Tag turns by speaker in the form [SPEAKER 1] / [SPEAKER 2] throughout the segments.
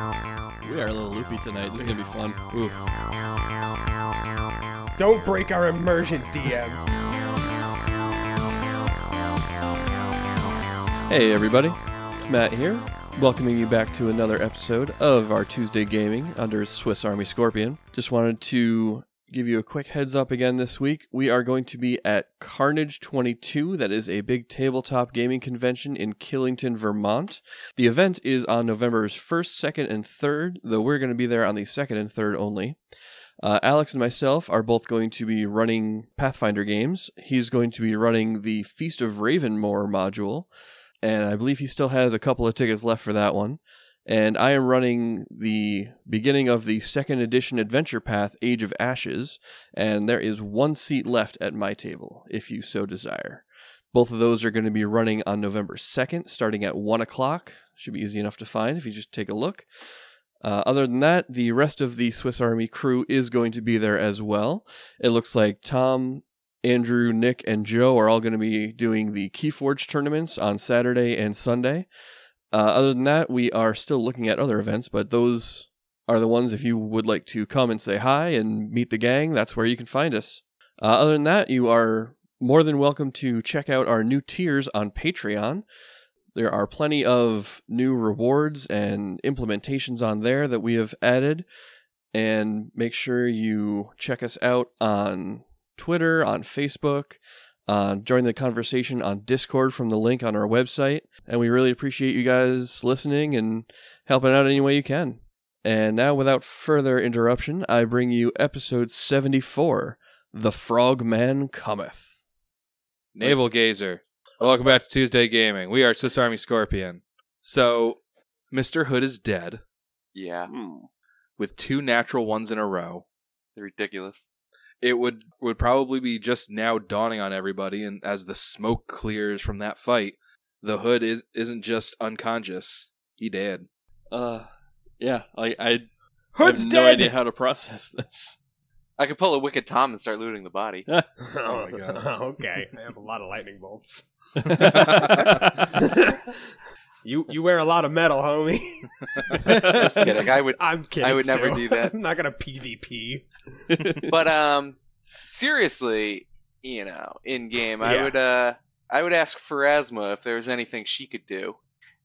[SPEAKER 1] are a little loopy tonight. This is gonna be fun. Ooh.
[SPEAKER 2] Don't break our immersion, DM.
[SPEAKER 1] Hey everybody, it's Matt here, welcoming you back to another episode of our Tuesday Gaming under Swiss Army Scorpion. Just wanted to give you a quick heads up again this week. We are going to be at Carnage 22, that is a big tabletop gaming convention in Killington, Vermont. The event is on November's 1st, 2nd, and 3rd, though we're going to be there on the 2nd and 3rd only. Uh, Alex and myself are both going to be running Pathfinder games. He's going to be running the Feast of Ravenmoor module, and I believe he still has a couple of tickets left for that one. And I am running the beginning of the second edition adventure path, Age of Ashes, and there is one seat left at my table, if you so desire. Both of those are going to be running on November 2nd, starting at 1 o'clock. Should be easy enough to find if you just take a look. Uh, other than that, the rest of the Swiss Army crew is going to be there as well. It looks like Tom, Andrew, Nick, and Joe are all going to be doing the Keyforge tournaments on Saturday and Sunday. Uh, other than that, we are still looking at other events, but those are the ones if you would like to come and say hi and meet the gang, that's where you can find us. Uh, other than that, you are more than welcome to check out our new tiers on Patreon. There are plenty of new rewards and implementations on there that we have added. And make sure you check us out on Twitter, on Facebook, uh, join the conversation on Discord from the link on our website. And we really appreciate you guys listening and helping out any way you can. And now, without further interruption, I bring you episode 74 The Frogman Cometh.
[SPEAKER 3] Naval Gazer. Welcome back to Tuesday Gaming. We are Swiss Army Scorpion. So, Mr. Hood is dead
[SPEAKER 4] Yeah,
[SPEAKER 3] with two natural ones in a row.
[SPEAKER 4] they're ridiculous.
[SPEAKER 3] It would would probably be just now dawning on everybody and as the smoke clears from that fight, the Hood is isn't just unconscious. He dead.
[SPEAKER 1] Uh, yeah, like I
[SPEAKER 2] Hood's
[SPEAKER 1] have no
[SPEAKER 2] dead.
[SPEAKER 1] idea how to process this.
[SPEAKER 4] I could pull a Wicked Tom and start looting the body.
[SPEAKER 2] oh
[SPEAKER 3] my God.
[SPEAKER 2] okay, I have a lot of lightning bolts.
[SPEAKER 1] Just
[SPEAKER 2] you you wear a lot of metal, homie.
[SPEAKER 4] Just kidding. I would,
[SPEAKER 2] I'm kidding.
[SPEAKER 4] I would never
[SPEAKER 2] so
[SPEAKER 4] do that.
[SPEAKER 2] I'm not gonna PvP.
[SPEAKER 4] but um, seriously, you know, in game, I
[SPEAKER 2] Yeah.
[SPEAKER 4] would, uh, I would ask Pharasma if there was anything she could do,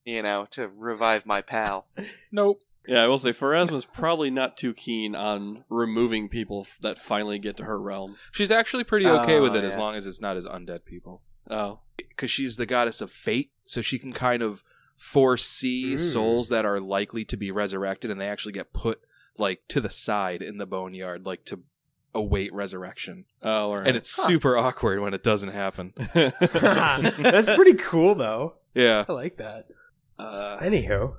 [SPEAKER 4] you know, to revive my pal.
[SPEAKER 3] nope.
[SPEAKER 1] Yeah, I will say Faraz was probably not too keen on removing people f- that finally get to her realm.
[SPEAKER 3] She's actually pretty okay
[SPEAKER 4] Oh,
[SPEAKER 3] with it as
[SPEAKER 4] yeah.
[SPEAKER 3] long as it's not as undead people.
[SPEAKER 1] Oh,
[SPEAKER 3] because she's the goddess of fate, so she can kind of foresee
[SPEAKER 2] Mm.
[SPEAKER 3] souls that are likely to be resurrected, and they actually get put like to the side in the boneyard, like to await resurrection.
[SPEAKER 1] oh, all right.
[SPEAKER 3] And it's
[SPEAKER 4] Huh.
[SPEAKER 3] super awkward when it doesn't happen.
[SPEAKER 2] That's pretty cool, though.
[SPEAKER 3] Yeah,
[SPEAKER 2] I like that.
[SPEAKER 5] Uh,
[SPEAKER 2] Anywho,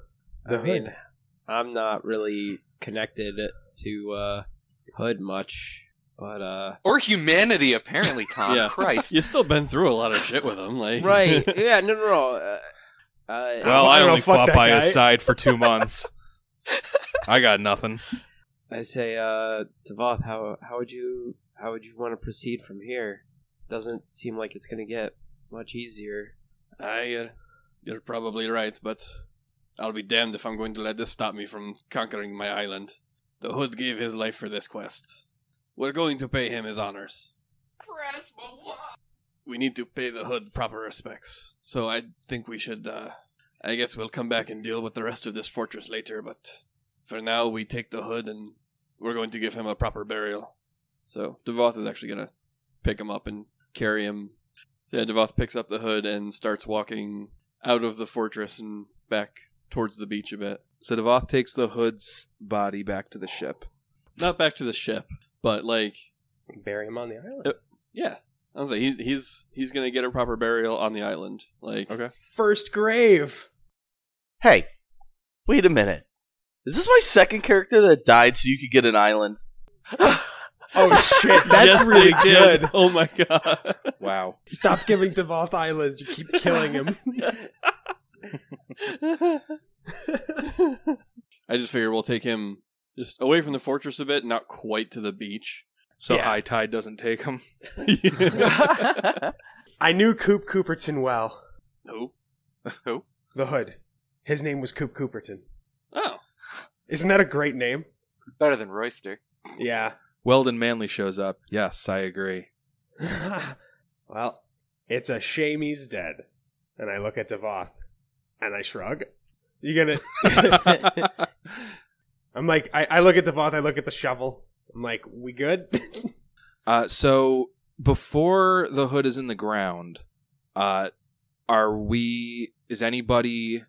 [SPEAKER 2] the
[SPEAKER 5] I mean,
[SPEAKER 2] hood.
[SPEAKER 5] I'm not really connected to uh, Hood much, but uh,
[SPEAKER 4] Or humanity, apparently, Tom.
[SPEAKER 1] Yeah.
[SPEAKER 4] Christ.
[SPEAKER 1] You've still been through a lot of shit with him, like
[SPEAKER 5] right? yeah, no, no, no. Uh, uh,
[SPEAKER 3] well,
[SPEAKER 2] I
[SPEAKER 3] I
[SPEAKER 2] don't
[SPEAKER 3] only
[SPEAKER 2] know, fuck
[SPEAKER 3] fought
[SPEAKER 2] that
[SPEAKER 3] by his
[SPEAKER 2] guy.
[SPEAKER 3] side for two months. I got nothing.
[SPEAKER 5] I say, uh, Devoth, how how would you how would you want to proceed from here? Doesn't seem like it's gonna get much easier.
[SPEAKER 1] I, uh, you're probably right, but I'll be damned if I'm going to let this stop me from conquering my island. The Hood gave his life for this quest. We're going to pay him his honors.
[SPEAKER 4] Pharasma, why?
[SPEAKER 1] We need to pay the Hood proper respects. So I think we should. Uh, I guess we'll come back and deal with the rest of this fortress later, but for now, we take the Hood and we're going to give him a proper burial. So Devoth is actually going to pick him up and carry him. So yeah, Devoth picks up the Hood and starts walking out of the fortress and back towards the beach a bit.
[SPEAKER 3] So Devoth takes the hood's body back to the ship.
[SPEAKER 1] Not back to the ship, but like
[SPEAKER 2] Bury him on the island.
[SPEAKER 1] yeah. I was like, he's he's he's gonna get a proper burial on the island. Like,
[SPEAKER 3] Okay.
[SPEAKER 2] First grave.
[SPEAKER 6] Hey, wait a minute. Is this my second character that died so you could get an island?
[SPEAKER 2] Oh shit, that's
[SPEAKER 1] Yes, they
[SPEAKER 2] really
[SPEAKER 1] did.
[SPEAKER 2] good.
[SPEAKER 1] Oh my god!
[SPEAKER 3] Wow.
[SPEAKER 2] Stop giving Devoth Island. You keep killing him.
[SPEAKER 1] I just figure we'll take him just away from the fortress a bit, not quite to the beach.
[SPEAKER 3] So
[SPEAKER 2] Yeah.
[SPEAKER 3] high tide doesn't take him.
[SPEAKER 2] I knew Coop Cooperton well.
[SPEAKER 1] no.
[SPEAKER 2] The hood. His name was Coop Cooperton.
[SPEAKER 1] Oh.
[SPEAKER 2] Isn't that a great name?
[SPEAKER 4] Better than Royster.
[SPEAKER 2] Yeah.
[SPEAKER 3] Weldon Manley shows up. Yes, I agree.
[SPEAKER 2] well, it's a shame he's dead. And I look at Devoth and I shrug. You gonna I'm like I, I look at Devoth, I look at the shovel. I'm like, we good?
[SPEAKER 3] Uh, so before the hood is in the ground, uh, are we? Is anybody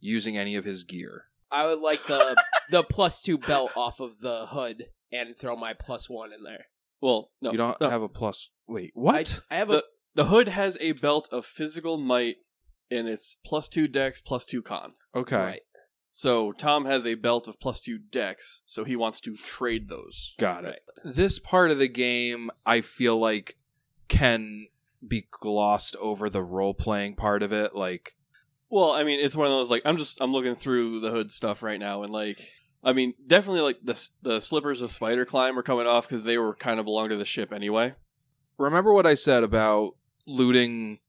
[SPEAKER 3] using any of his gear?
[SPEAKER 7] I would like the the plus two belt off of the hood and throw my plus one in there.
[SPEAKER 1] Well, no,
[SPEAKER 3] you don't
[SPEAKER 1] no.
[SPEAKER 3] have a plus. Wait, what?
[SPEAKER 7] I have a
[SPEAKER 1] the hood has a belt of physical might, and it's plus two dex, plus two con.
[SPEAKER 3] okay.
[SPEAKER 7] right.
[SPEAKER 1] So Tom has a belt of plus two dex, so he wants to trade those.
[SPEAKER 3] Got it. This part of the game, I feel like, can be glossed over the role playing part of it. Like,
[SPEAKER 1] Well, I mean, it's one of those like I'm just I'm looking through the hood stuff right now, and like I mean, definitely like the s- the slippers of spider climb are coming off because they were kind of belong to the ship anyway.
[SPEAKER 3] remember what I said about looting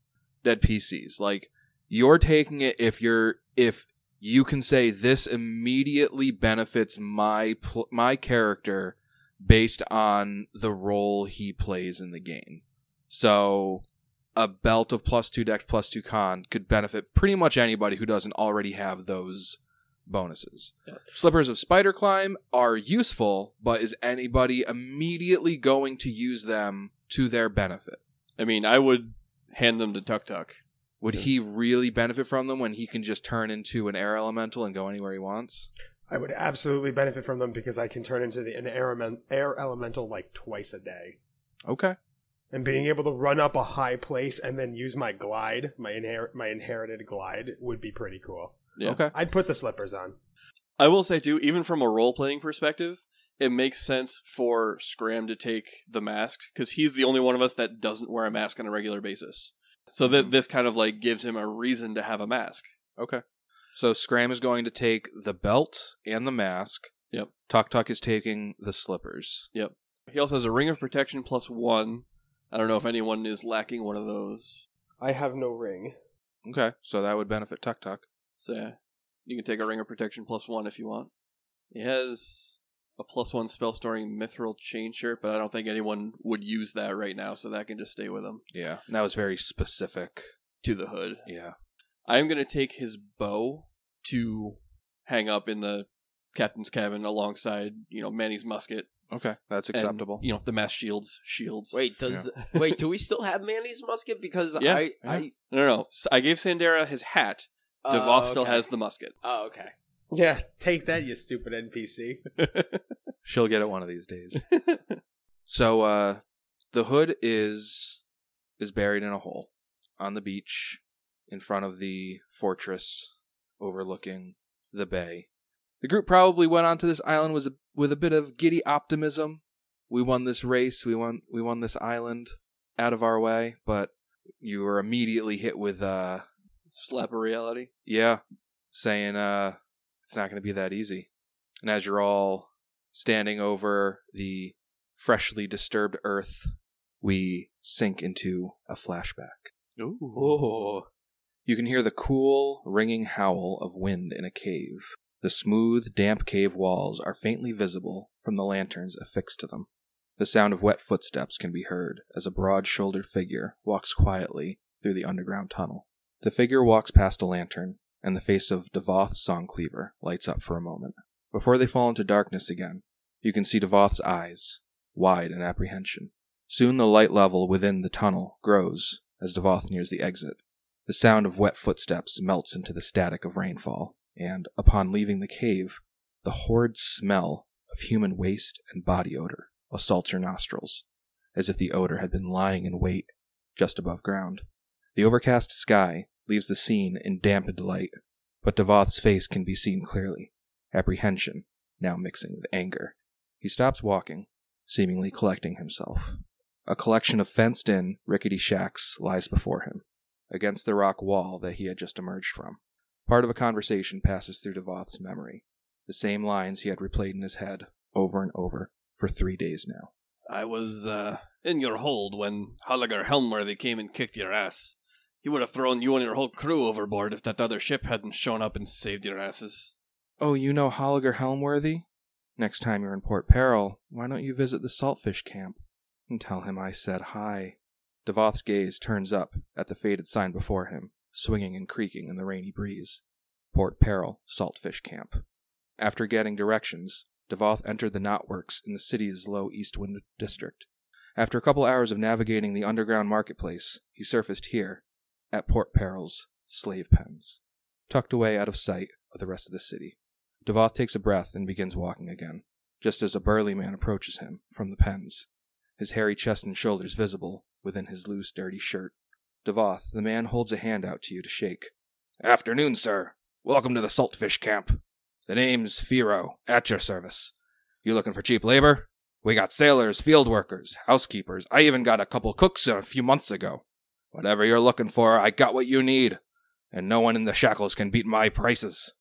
[SPEAKER 3] dead PCs? Like, you're taking it if you're if you can say this immediately benefits my pl- my character based on the role he plays in the game. So a belt of plus two dex plus two con could benefit pretty much anybody who doesn't already have those bonuses. Slippers of spider climb are useful, but is anybody immediately going to use them to their benefit?
[SPEAKER 1] I mean, I would hand them to Tuk Tuk.
[SPEAKER 3] Would he really benefit from them when he can just turn into an air elemental and go anywhere he wants?
[SPEAKER 2] I would absolutely benefit from them because I can turn into the, an air, element- air elemental like twice a day.
[SPEAKER 3] Okay.
[SPEAKER 2] and being able to run up a high place and then use my glide, my inher- my inherited glide would be pretty cool.
[SPEAKER 1] Yeah.
[SPEAKER 3] Okay.
[SPEAKER 2] I'd put the slippers on.
[SPEAKER 1] I will say too, even from a role playing perspective, it makes sense for Scram to take the mask because he's the only one of us that doesn't wear a mask on a regular basis. So that this kind of like gives him a reason to have a mask.
[SPEAKER 3] Okay. So Scram is going to take the belt and the mask.
[SPEAKER 1] Yep.
[SPEAKER 3] Tuk Tuk is taking the slippers.
[SPEAKER 1] He also has a ring of protection plus one. I don't know if anyone is lacking one of those.
[SPEAKER 2] I have no ring.
[SPEAKER 3] Okay. So that would benefit Tuk Tuk.
[SPEAKER 1] So yeah, you can take a ring of protection plus one if you want. He has a plus one spell storing mithril chain shirt, but I don't think anyone would use that right now, so that can just stay with him
[SPEAKER 3] Yeah. That was very specific.
[SPEAKER 1] to the hood.
[SPEAKER 3] Yeah.
[SPEAKER 1] I'm gonna take his bow to hang up in the captain's cabin alongside, you know, Manny's musket.
[SPEAKER 3] Okay. That's
[SPEAKER 1] and,
[SPEAKER 3] acceptable.
[SPEAKER 1] you know, the mass shields, shields.
[SPEAKER 7] wait. Does wait? Do we still have Manny's musket? Because
[SPEAKER 1] Yeah,
[SPEAKER 7] I, I
[SPEAKER 1] no, no, no. S- I gave Sandera his hat.
[SPEAKER 7] oh,
[SPEAKER 1] Devoth still
[SPEAKER 7] okay.
[SPEAKER 1] has the musket.
[SPEAKER 7] Oh, okay.
[SPEAKER 2] Yeah, take that, you stupid NPC.
[SPEAKER 3] She'll get it one of these days. so uh the hood is is buried in a hole on the beach in front of the fortress overlooking the bay. The group probably went onto this island was with a bit of giddy optimism. We won this race, we won we won this island out of our way, but you were immediately hit with uh
[SPEAKER 1] Slap of reality.
[SPEAKER 3] yeah, saying uh it's not going to be that easy. And as you're all standing over the freshly disturbed earth, we sink into a flashback.
[SPEAKER 7] Ooh.
[SPEAKER 3] You can hear the cool, ringing howl of wind in a cave. The smooth, damp cave walls are faintly visible from the lanterns affixed to them. The sound of wet footsteps can be heard as a broad shouldered figure walks quietly through the underground tunnel. The figure walks past a lantern, and the face of Devoth Songcleaver lights up for a moment. Before they fall into darkness again, you can see Devoth's eyes, wide in apprehension. Soon the light level within the tunnel grows as Devoth nears the exit. The sound of wet footsteps melts into the static of rainfall, and upon leaving the cave, the horrid smell of human waste and body odor assaults your nostrils, as if the odor had been lying in wait just above ground. The overcast sky leaves the scene in dampened light, but Devoth's face can be seen clearly, apprehension now mixing with anger. He stops walking, seemingly collecting himself. A collection of fenced in, rickety shacks lies before him against the rock wall that he had just emerged from. Part of a conversation passes through Devoth's memory, the same lines he had replayed in his head over and over for three days now.
[SPEAKER 1] I was uh, in your hold when Holliger Helmworthy came and kicked your ass. He would have thrown you and your whole crew overboard if that other ship hadn't shown up and saved your asses.
[SPEAKER 3] Oh, you know Holliger Helmworthy? Next time you're in Port Peril, why don't you visit the saltfish camp and tell him I said hi? Devoth's gaze turns up at the faded sign before him, swinging and creaking in the rainy breeze. Port Peril Saltfish Camp. After getting directions, Devoth entered the knotworks in the city's low eastwind district. After a couple hours of navigating the underground marketplace, he surfaced here, at Port Peril's slave pens, tucked away out of sight of the rest of the city. Devoth takes a breath and begins walking again, just as a burly man approaches him from the pens, his hairy chest and shoulders visible within his loose, dirty shirt. Devoth, the man holds a hand out to you to shake. Afternoon, sir. Welcome to the saltfish camp. The name's Firo, at your service. You looking for cheap labor? We got sailors, field workers, housekeepers. I even got a couple cooks a few months ago. Whatever you're looking for, I got what you need. And no one in the shackles can beat my prices.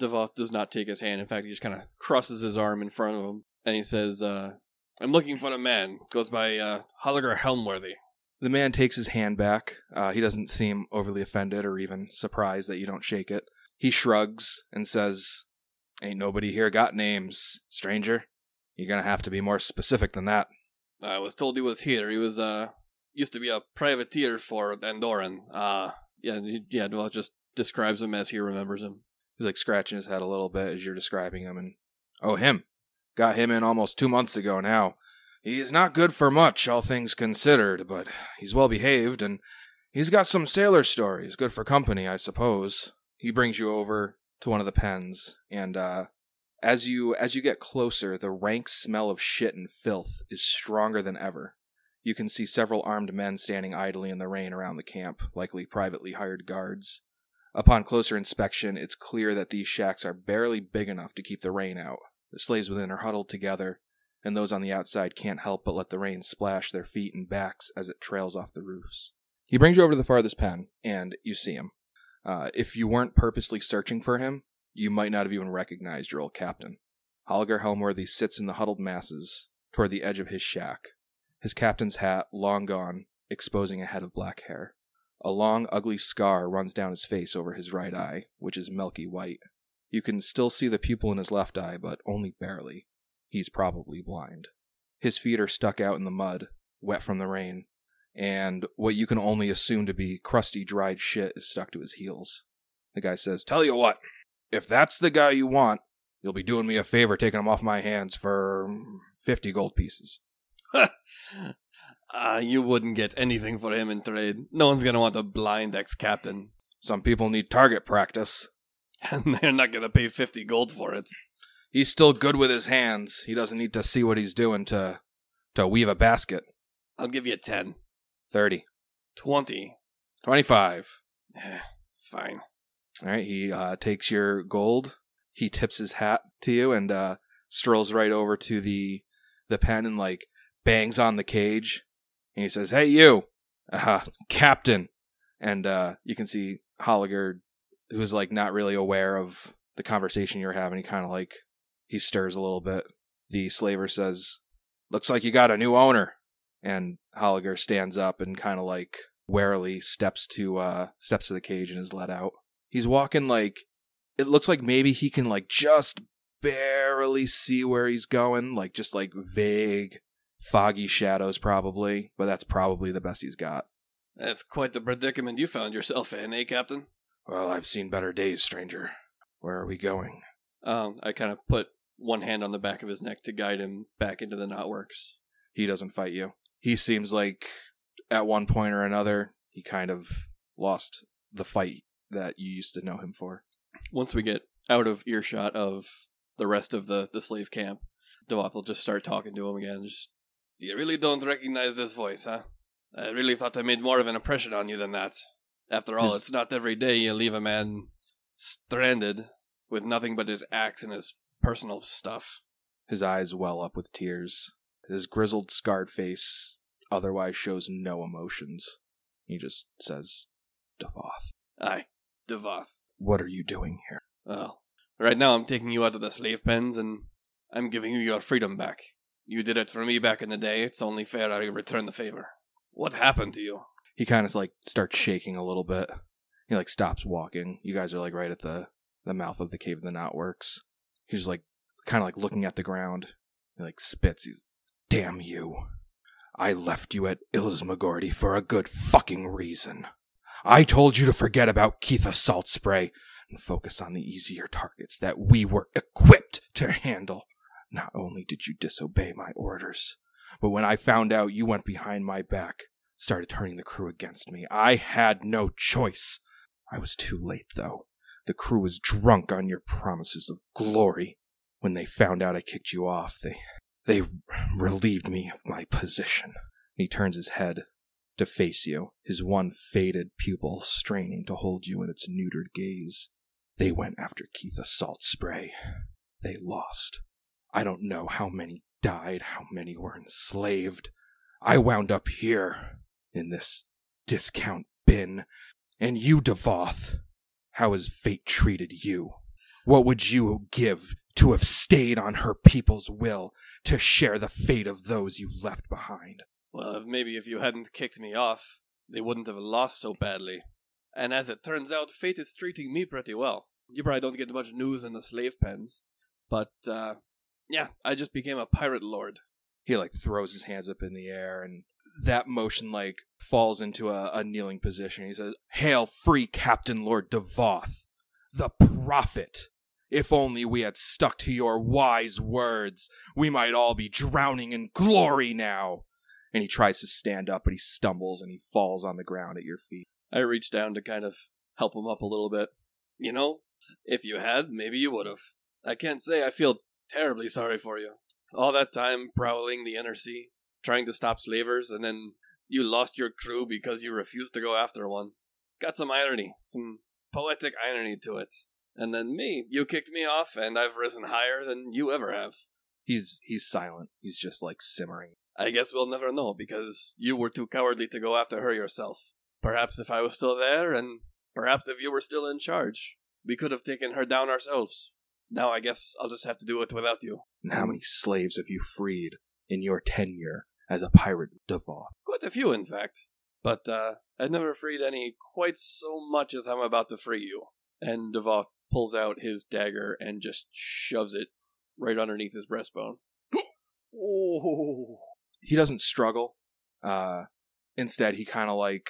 [SPEAKER 1] Devoth does not take his hand. In fact, he just kind of crosses his arm in front of him and he says, uh, I'm looking for a man. Goes by uh, Holliger Helmworthy.
[SPEAKER 3] The man takes his hand back. Uh, he doesn't seem overly offended or even surprised that you don't shake it. He shrugs and says, Ain't nobody here got names, stranger. You're gonna have to be more specific than that.
[SPEAKER 1] I was told he was here. He was, uh, used to be a privateer for Andoran. Uh, yeah, he- yeah, Devoth just describes him as he remembers him.
[SPEAKER 3] He's like scratching his head a little bit as you're describing him, and oh, him. Got him in almost two months ago now. He's not good for much, all things considered, but he's well behaved, and he's got some sailor stories. Good for company, I suppose. He brings you over to one of the pens, and uh, as you as you get closer, the rank smell of shit and filth is stronger than ever. You can see several armed men standing idly in the rain around the camp, likely privately hired guards. Upon closer inspection, it's clear that these shacks are barely big enough to keep the rain out. The slaves within are huddled together, and those on the outside can't help but let the rain splash their feet and backs as it trails off the roofs. He brings you over to the farthest pen, and you see him. Uh, if you weren't purposely searching for him, you might not have even recognized your old captain. Holger Helmworthy sits in the huddled masses toward the edge of his shack, his captain's hat long gone, exposing a head of black hair. A long, ugly scar runs down his face over his right eye, which is milky white. You can still see the pupil in his left eye, but only barely. He's probably blind. His feet are stuck out in the mud, wet from the rain, and what you can only assume to be crusty, dried shit is stuck to his heels. The guy says, Tell you what, if that's the guy you want, you'll be doing me a favor taking him off my hands for mm, 50 gold pieces.
[SPEAKER 1] uh, you wouldn't get anything for him in trade. No one's gonna want a blind ex-captain,
[SPEAKER 3] Some people need target practice.
[SPEAKER 1] and they're not gonna pay fifty gold for it.
[SPEAKER 3] He's still good with his hands. He doesn't need to see what he's doing to to weave a basket.
[SPEAKER 1] I'll give you ten.
[SPEAKER 3] 30,
[SPEAKER 1] Twenty.
[SPEAKER 3] 25.
[SPEAKER 1] Eh, Fine.
[SPEAKER 3] All right, he uh, takes your gold. He tips his hat to you and uh, strolls right over to the the pen and like bangs on the cage. And he says, "Hey, you, uh, Captain." And uh, you can see Holliger, who's like not really aware of the conversation you're having. He kind of like he stirs a little bit. The slaver says, "Looks like you got a new owner." And Holliger stands up and kind of like warily steps to uh, steps to the cage and is let out. He's walking like it looks like maybe he can like just barely see where he's going, like just like vague, foggy shadows probably, but that's probably the best he's got.
[SPEAKER 1] That's quite the predicament you found yourself in, eh, Captain?
[SPEAKER 3] Well, I've seen better days, stranger. Where are we going?
[SPEAKER 1] Um, I kind of put one hand on the back of his neck to guide him back into the knotworks.
[SPEAKER 3] He doesn't fight you. He seems like at one point or another he kind of lost the fight that you used to know him for.
[SPEAKER 1] Once we get out of earshot of the rest of the, the slave camp, Devoth will just start talking to him again. Just, you really don't recognize this voice, huh? I really thought I made more of an impression on you than that. After all,
[SPEAKER 3] Yes.
[SPEAKER 1] it's not every day you leave a man stranded with nothing but his axe and his personal stuff.
[SPEAKER 3] His eyes well up with tears. His grizzled, scarred face otherwise shows no emotions. He just says, Devoth,
[SPEAKER 1] Aye, Devoth.
[SPEAKER 3] what are you doing here?
[SPEAKER 1] Oh. Right now, I'm taking you out of the slave pens and I'm giving you your freedom back. You did it for me back in the day. It's only fair I return the favor. What happened to you?
[SPEAKER 3] He kind of like starts shaking a little bit. He like stops walking. You guys are like right at the the mouth of the cave of the knot works. He's just like kind of like looking at the ground. He like spits. He's damn you. I left you at Ilsmagordi for a good fucking reason. I told you to forget about Keitha Salt Spray and focus on the easier targets that we were equipped to handle. Not only did you disobey my orders, but when I found out you went behind my back, started turning the crew against me, I had no choice. I was too late, though. The crew was drunk on your promises of glory. When they found out I kicked you off, they they relieved me of my position. And he turns his head to face you, his one faded pupil straining to hold you in its neutered gaze. They went after Keitha Salt Spray. They lost. I don't know how many died, how many were enslaved. I wound up here in this discount bin. And you, Devoth, how has fate treated you? What would you give to have stayed on her people's will to share the fate of those you left behind?
[SPEAKER 1] Well, if- maybe if you hadn't kicked me off, they wouldn't have lost so badly. And as it turns out, fate is treating me pretty well. You probably don't get much news in the slave pens, but uh, yeah, I just became a pirate lord.
[SPEAKER 3] He like throws his hands up in the air and that motion like falls into a, a kneeling position. He says, Hail free Captain Lord Devoth, the prophet! If only we had stuck to your wise words, we might all be drowning in glory now. And he tries to stand up, but he stumbles and he falls on the ground at your feet.
[SPEAKER 1] I reached down to kind of help him up a little bit. You know, if you had, maybe you would have. I can't say I feel terribly sorry for you. All that time prowling the inner sea, trying to stop slavers, and then you lost your crew because you refused to go after one. It's got some irony, some poetic irony to it. And then me, you kicked me off, and I've risen higher than you ever have.
[SPEAKER 3] He's he's silent. He's just like simmering.
[SPEAKER 1] I guess we'll never know because you were too cowardly to go after her yourself. Perhaps if I was still there, and perhaps if you were still in charge, we could have taken her down ourselves. Now I guess I'll just have to do it without you.
[SPEAKER 3] And how many slaves have you freed in your tenure as a pirate, Devoth?
[SPEAKER 1] Quite a few, in fact. But uh, I'd never freed any quite so much as I'm about to free you. And Devoth pulls out his dagger and just shoves it right underneath his breastbone.
[SPEAKER 7] Oh.
[SPEAKER 3] he doesn't struggle. Uh, instead, he kind of like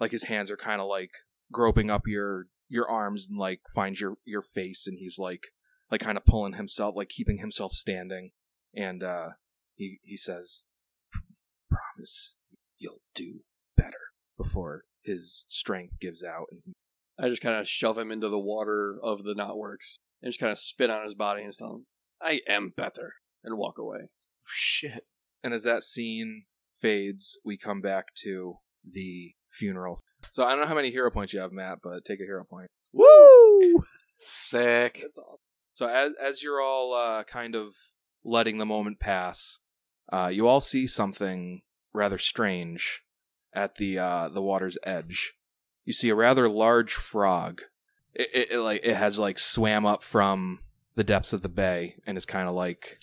[SPEAKER 3] like his hands are kind of like groping up your your arms and like finds your your face, and he's like like kind of pulling himself, like keeping himself standing, and uh, he he says, "Promise you'll do better." Before his strength gives out, and he
[SPEAKER 1] I just kind of shove him into the water of the knotworks and just kind of spit on his body and just tell him, I am better, and walk away.
[SPEAKER 4] Shit.
[SPEAKER 3] And as that scene fades, we come back to the funeral. So I don't know how many hero points you have, Matt, but take a hero point. Woo!
[SPEAKER 4] Sick.
[SPEAKER 7] That's awesome.
[SPEAKER 3] So as as you're all uh, kind of letting the moment pass, uh, you all see something rather strange at the uh, the water's edge. You see a rather large frog. It, it, it like it has like swam up from the depths of the bay and is kind of like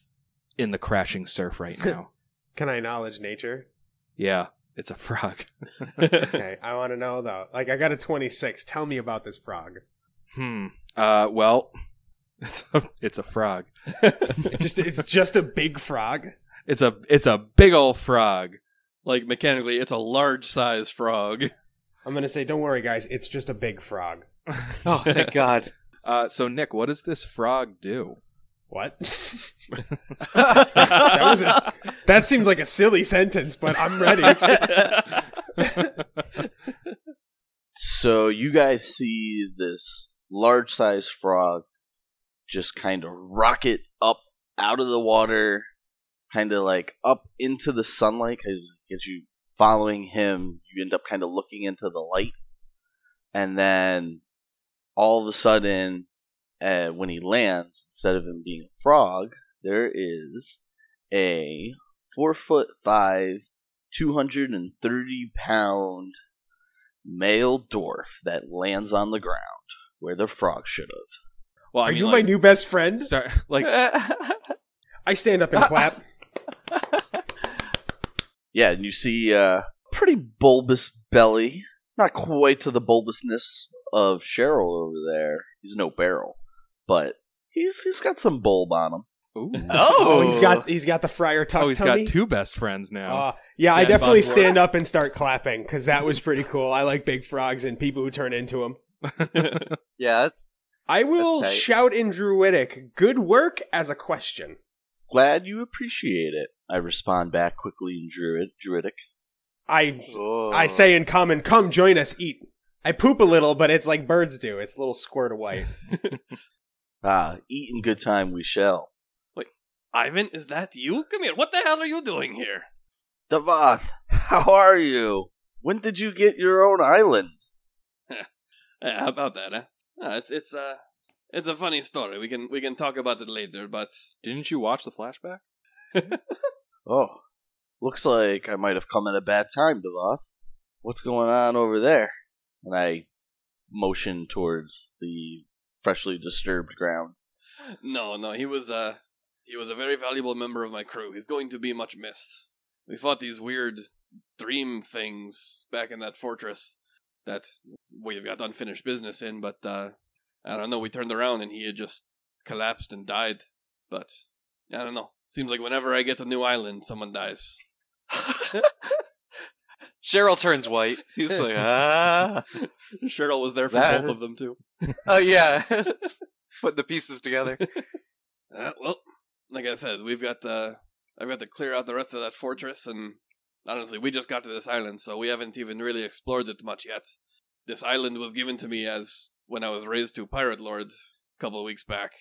[SPEAKER 3] in the crashing surf right now.
[SPEAKER 2] Can I knowledge nature?
[SPEAKER 3] yeah, it's a frog.
[SPEAKER 2] Okay, I want to know though. Like, I got a 26. Tell me about this frog.
[SPEAKER 3] Hmm. Uh. Well, it's a, it's a frog.
[SPEAKER 2] It's just, it's just a big frog.
[SPEAKER 3] It's a it's a big old frog.
[SPEAKER 1] like, mechanically, it's a large size frog.
[SPEAKER 2] I'm gonna say, don't worry, guys. It's just a big frog.
[SPEAKER 4] Oh, thank God.
[SPEAKER 3] Uh. So Nick, what does this frog do?
[SPEAKER 2] What? that was a, that seems like a silly sentence, but I'm ready.
[SPEAKER 6] So you guys see this large sized frog just kind of rocket up out of the water, kind of like up into the sunlight because as you following him, you end up kind of looking into the light, and then all of a sudden, uh, when he lands, instead of him being a frog, there is a four foot five, two hundred and thirty pound male dwarf that lands on the ground where the frog should have.
[SPEAKER 3] Well, I
[SPEAKER 2] Are
[SPEAKER 3] mean,
[SPEAKER 2] you
[SPEAKER 3] like,
[SPEAKER 2] my new best friend?
[SPEAKER 3] start like
[SPEAKER 2] I stand up and clap.
[SPEAKER 3] Oh.
[SPEAKER 6] Yeah, and you see uh, pretty bulbous belly, not quite to the bulbousness of Cheryl over there. He's no barrel, but he's he's got some bulb on him.
[SPEAKER 3] Ooh.
[SPEAKER 2] Oh,
[SPEAKER 4] Oh,
[SPEAKER 2] he's got he's got the Friar Tuck
[SPEAKER 3] Oh, he's
[SPEAKER 2] tummy.
[SPEAKER 3] got two best friends now.
[SPEAKER 2] Uh, yeah, I
[SPEAKER 1] Dan
[SPEAKER 2] definitely
[SPEAKER 1] Bogdor.
[SPEAKER 2] stand up and start clapping because that was pretty cool. I like big frogs and people who turn into them.
[SPEAKER 4] Yeah, that's,
[SPEAKER 2] I will
[SPEAKER 4] tight.
[SPEAKER 2] shout in Druidic, good work as a question.
[SPEAKER 6] Glad you appreciate it. I respond back quickly in druid druidic.
[SPEAKER 2] I
[SPEAKER 4] oh.
[SPEAKER 2] I say in common, come join us, eat. I poop a little, but it's like birds do. It's a little squirt away.
[SPEAKER 6] Ah, eat in good time we shall.
[SPEAKER 1] Ivan, is that you? Come here. What the hell are you doing here?
[SPEAKER 6] Davoth, how are you? When did you get your own island?
[SPEAKER 1] Yeah, Uh, how about that? Huh? Ah, it's it's uh it's a funny story. We can we can talk about it later. But
[SPEAKER 3] Didn't you watch the flashback?
[SPEAKER 6] Oh, looks like I might have come at a bad time, Devoth. What's going on over there? And I motion towards the freshly disturbed ground.
[SPEAKER 1] no, no, he was uh he was a very valuable member of my crew. He's going to be much missed. We fought these weird dream things back in that fortress that we've got unfinished business in. But uh I don't know. We turned around and he had just collapsed and died. But I don't know. Seems like whenever I get a new island, someone dies.
[SPEAKER 4] Cheryl turns white. He's like, ah.
[SPEAKER 1] Cheryl was there for
[SPEAKER 4] That-
[SPEAKER 1] both of them too.
[SPEAKER 4] Oh, yeah. Putting the pieces together.
[SPEAKER 1] Uh, well, like I said, we've got uh, I've got to clear out the rest of that fortress, and honestly, we just got to this island, so we haven't even really explored it much yet. This island was given to me as when I was raised to pirate lord a couple of weeks back,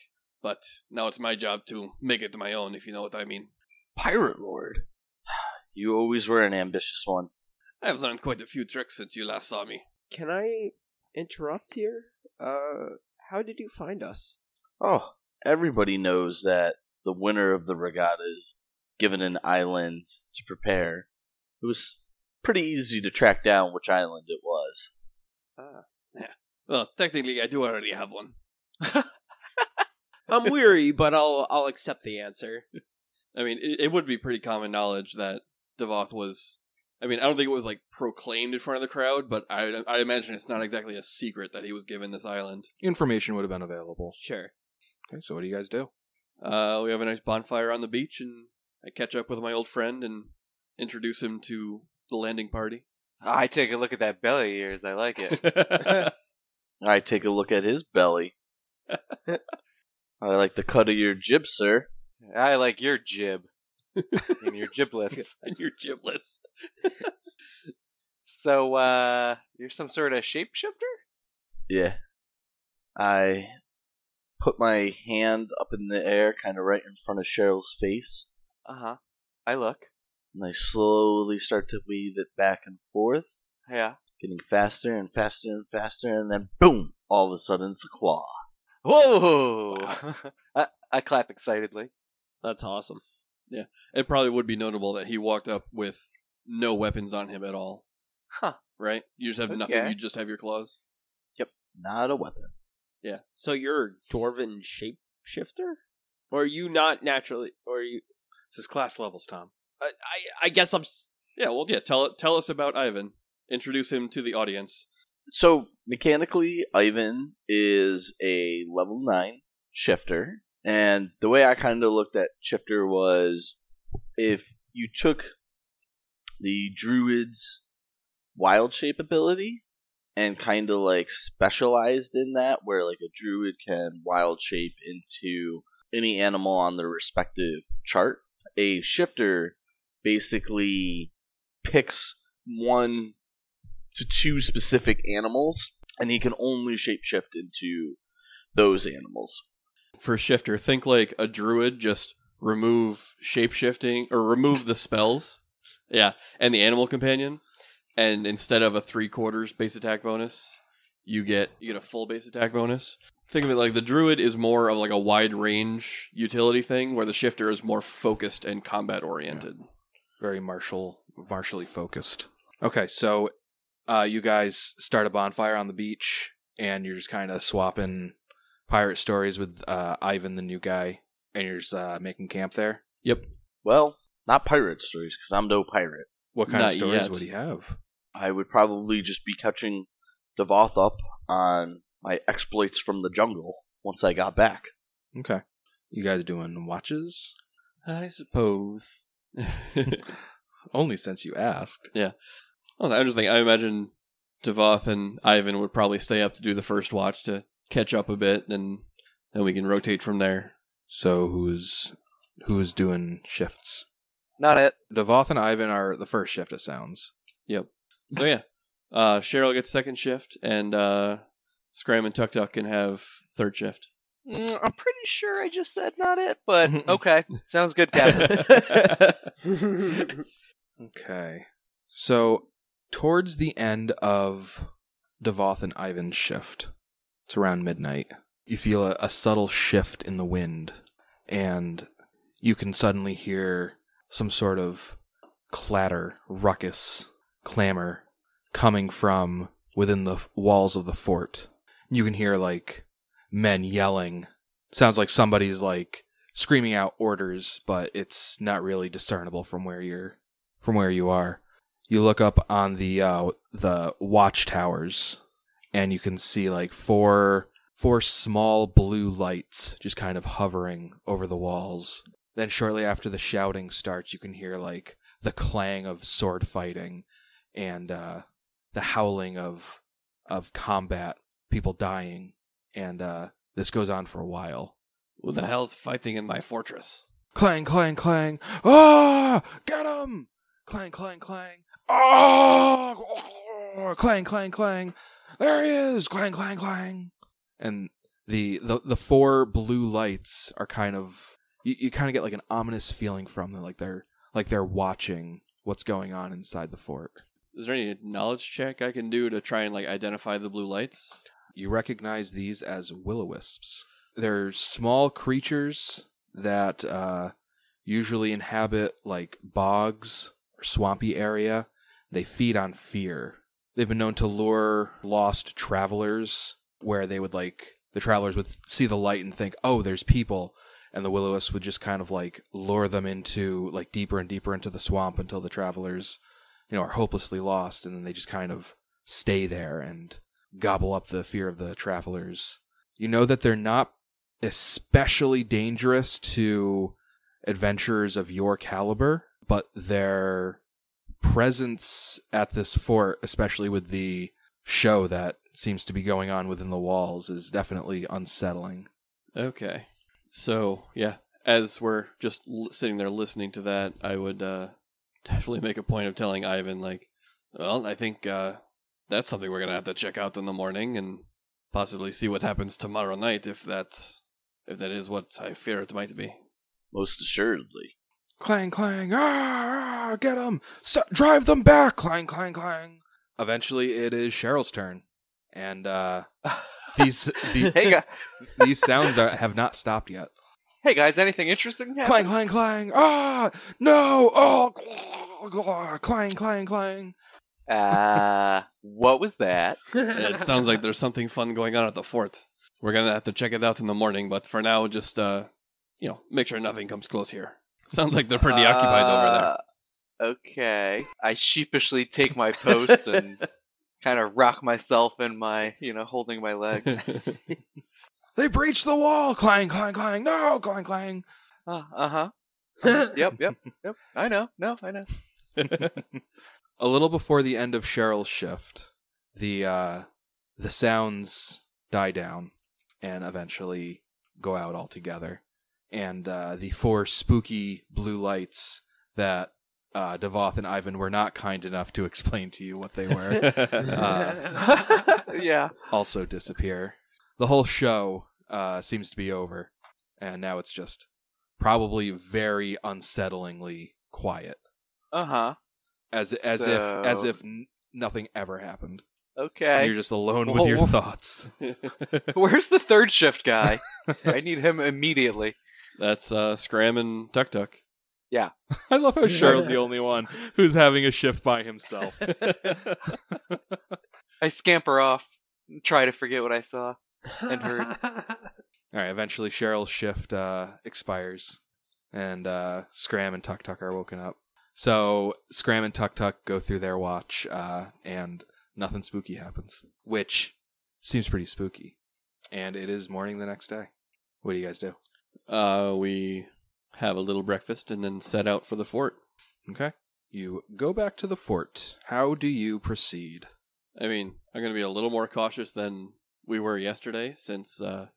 [SPEAKER 1] but now it's my job to make it my own, if you know what I mean.
[SPEAKER 6] Pirate Lord? You always were an ambitious one.
[SPEAKER 1] I've learned quite a few tricks since you last saw me.
[SPEAKER 5] Can I interrupt here? Uh, how did you find us?
[SPEAKER 6] Oh, everybody knows that the winner of the regatta is given an island to prepare. It was pretty easy to track down which island it was.
[SPEAKER 1] Well, technically, I do already have one.
[SPEAKER 7] I'm weary, but I'll I'll accept the answer.
[SPEAKER 1] I mean, it, it would be pretty common knowledge that Devoth was. I mean, I don't think it was like proclaimed in front of the crowd, but I, I imagine it's not exactly a secret that he was given this island.
[SPEAKER 3] Information would have been available.
[SPEAKER 7] Sure.
[SPEAKER 3] Okay, so what do you guys do?
[SPEAKER 1] Uh, we have a nice bonfire on the beach, and I catch up with my old friend and introduce him to the landing party.
[SPEAKER 4] I take a look at that belly of yours. I like it.
[SPEAKER 6] I take a look at his belly. I like the cut of your jib, sir.
[SPEAKER 4] I like your jib and your giblets.
[SPEAKER 1] Your giblets.
[SPEAKER 4] So, uh, you're some sort of shapeshifter?
[SPEAKER 6] Yeah. I put my hand up in the air, kind of right in front of Cheryl's face,
[SPEAKER 4] Uh huh. I look.
[SPEAKER 6] and I slowly start to weave it back and forth,
[SPEAKER 4] Yeah.
[SPEAKER 6] getting faster and faster and faster, and then boom! All of a sudden, it's a claw.
[SPEAKER 4] Whoa! I, I clap excitedly.
[SPEAKER 7] That's awesome.
[SPEAKER 1] It probably would be notable that he walked up with no weapons on him at all,
[SPEAKER 4] Huh.
[SPEAKER 1] right? You just have nothing.
[SPEAKER 4] Okay.
[SPEAKER 1] You just have your claws.
[SPEAKER 6] Not a weapon.
[SPEAKER 7] So you're a dwarven shapeshifter, or are you not naturally, or are you?
[SPEAKER 3] This is class levels, Tom.
[SPEAKER 7] I I, I guess I'm. s-
[SPEAKER 1] Yeah. Well, yeah. Tell tell us about Ivan. Introduce him to the audience.
[SPEAKER 6] So mechanically, Ivan is a level nine shifter, and the way I kind of looked at shifter was if you took the druid's wild shape ability and kind of like specialized in that, where like a druid can wild shape into any animal on their respective chart, a shifter basically picks one to two specific animals, and he can only shapeshift into those animals.
[SPEAKER 1] for shifter think like a druid just remove shapeshifting or remove the spells yeah and the animal companion and instead of a three quarters base attack bonus you get you get a full base attack bonus think of it like the druid is more of like a wide range utility thing where the shifter is more focused and combat oriented
[SPEAKER 3] Very martial, martially focused. Okay, so uh, you guys start a bonfire on the beach, and you're just kind of swapping pirate stories with uh, Ivan, the new guy, and you're just uh, making camp there.
[SPEAKER 1] yep
[SPEAKER 6] Well, not pirate stories, because I'm no pirate.
[SPEAKER 3] What kind
[SPEAKER 1] Not
[SPEAKER 3] of stories
[SPEAKER 1] yet.
[SPEAKER 3] would he have?
[SPEAKER 6] I would probably just be catching Devoth up on my exploits from the jungle. once I got back.
[SPEAKER 3] Okay. You guys doing watches?
[SPEAKER 1] I suppose.
[SPEAKER 3] Only since you asked.
[SPEAKER 1] Oh, I'm just thinking. I imagine Devoth and Ivan would probably stay up to do the first watch to catch up a bit, and then we can rotate from there.
[SPEAKER 3] So who's who's doing shifts?
[SPEAKER 4] Not it.
[SPEAKER 3] Devoth and Ivan are the first shift. It sounds.
[SPEAKER 1] So yeah, uh, Cheryl gets second shift, and uh, Scram and Tuck Tuck can have third shift.
[SPEAKER 4] Mm, I'm pretty sure I just said not it, but okay. Sounds good, Captain.
[SPEAKER 3] Okay. So towards the end of Devoth and Ivan's shift, it's around midnight. You feel a, a subtle shift in the wind, and you can suddenly hear some sort of clatter, ruckus, clamor coming from within the f- walls of the fort. You can hear like men yelling. Sounds like somebody's like screaming out orders, but it's not really discernible from where you're from where you are. You look up on the uh, the watchtowers, and you can see like four four small blue lights just kind of hovering over the walls. Then shortly after the shouting starts, you can hear like the clang of sword fighting and uh, the howling of of combat, people dying, and uh, this goes on for a while.
[SPEAKER 1] Who the hell's fighting in my fortress?
[SPEAKER 3] Clang, clang, clang. Ah! Get him! Clang, clang, clang. Ah! Oh! Clang, clang, clang. There he is! Clang, clang, clang. And the, the, the four blue lights are kind of, you, you kind of get like an ominous feeling from them, like they're, like they're watching what's going on inside the fort.
[SPEAKER 1] Is there any knowledge check I can do to try and like identify the blue lights?
[SPEAKER 3] You recognize these as will-o-wisps. They're small creatures that uh, usually inhabit like bogs or swampy area. They feed on fear. They've been known to lure lost travelers where they would like the travelers would see the light and think, "Oh, there's people." And the will-o-wisps would just kind of like lure them into like deeper and deeper into the swamp until the travelers, you know, are hopelessly lost and then they just kind of stay there and gobble up the fear of the travelers. You know that they're not especially dangerous to adventurers of your caliber, but their presence at this fort, especially with the show that seems to be going on within the walls, is definitely unsettling.
[SPEAKER 1] Okay. So, yeah, as we're just l- sitting there listening to that, I would uh, definitely make a point of telling Ivan, like, well, I think uh, that's something we're going to have to check out in the morning and possibly see what happens tomorrow night if that's. If that is what I fear it might be.
[SPEAKER 6] Most assuredly.
[SPEAKER 3] Clang, clang, ah, ah, get them, drive them back, clang, clang, clang. Eventually, it is Cheryl's turn, and uh, these the-
[SPEAKER 4] hey, gu-
[SPEAKER 3] these sounds are, have not stopped yet.
[SPEAKER 4] hey guys, anything interesting? happen?
[SPEAKER 3] Clang, clang, clang, ah, no, oh, clang, clang, clang.
[SPEAKER 4] Uh, what was that?
[SPEAKER 1] It sounds like there's something fun going on at the fort. We're gonna have to check it out in the morning, but for now, just uh, you know, make sure nothing comes close here. Sounds like they're pretty occupied over there.
[SPEAKER 4] there. Uh, Okay. I sheepishly take my post and kind of rock myself in my, you know, holding my legs.
[SPEAKER 3] They breached the wall, clang, clang, clang, no, clang, clang.
[SPEAKER 4] uh huh. Yep, yep, yep. I know. No, I know.
[SPEAKER 3] a little before the end of Cheryl's shift, the uh, the sounds die down and eventually go out altogether. And uh, the four spooky blue lights that uh, Devoth and Ivan were not kind enough to explain to you what they were
[SPEAKER 4] Uh. yeah.
[SPEAKER 3] also disappear. The whole show uh, seems to be over, and now it's just probably very unsettlingly quiet,
[SPEAKER 4] Uh huh.
[SPEAKER 3] as as if as
[SPEAKER 4] So-
[SPEAKER 3] if n- nothing ever happened. And
[SPEAKER 4] Okay.
[SPEAKER 3] you're just alone
[SPEAKER 4] Whoa,
[SPEAKER 3] with your
[SPEAKER 4] whoa.
[SPEAKER 3] thoughts.
[SPEAKER 4] Where's the third shift guy? I need him immediately.
[SPEAKER 1] That's uh, Scram and Tuck Tuck.
[SPEAKER 3] I love how Cheryl's the only one who's having a shift by himself.
[SPEAKER 4] I scamper off, and try to forget what I saw.
[SPEAKER 3] All right, eventually Cheryl's shift uh, expires, and uh, Scram and Tuck Tuck are woken up. So Scram and Tuck Tuck go through their watch, uh, and nothing spooky happens, which seems pretty spooky. and it is morning the next day. What do you guys do?
[SPEAKER 1] Uh, we have a little breakfast and then set out for the fort.
[SPEAKER 3] Okay. You go back to the fort. How do you proceed?
[SPEAKER 1] I mean, I'm going to be a little more cautious than we were yesterday since, uh,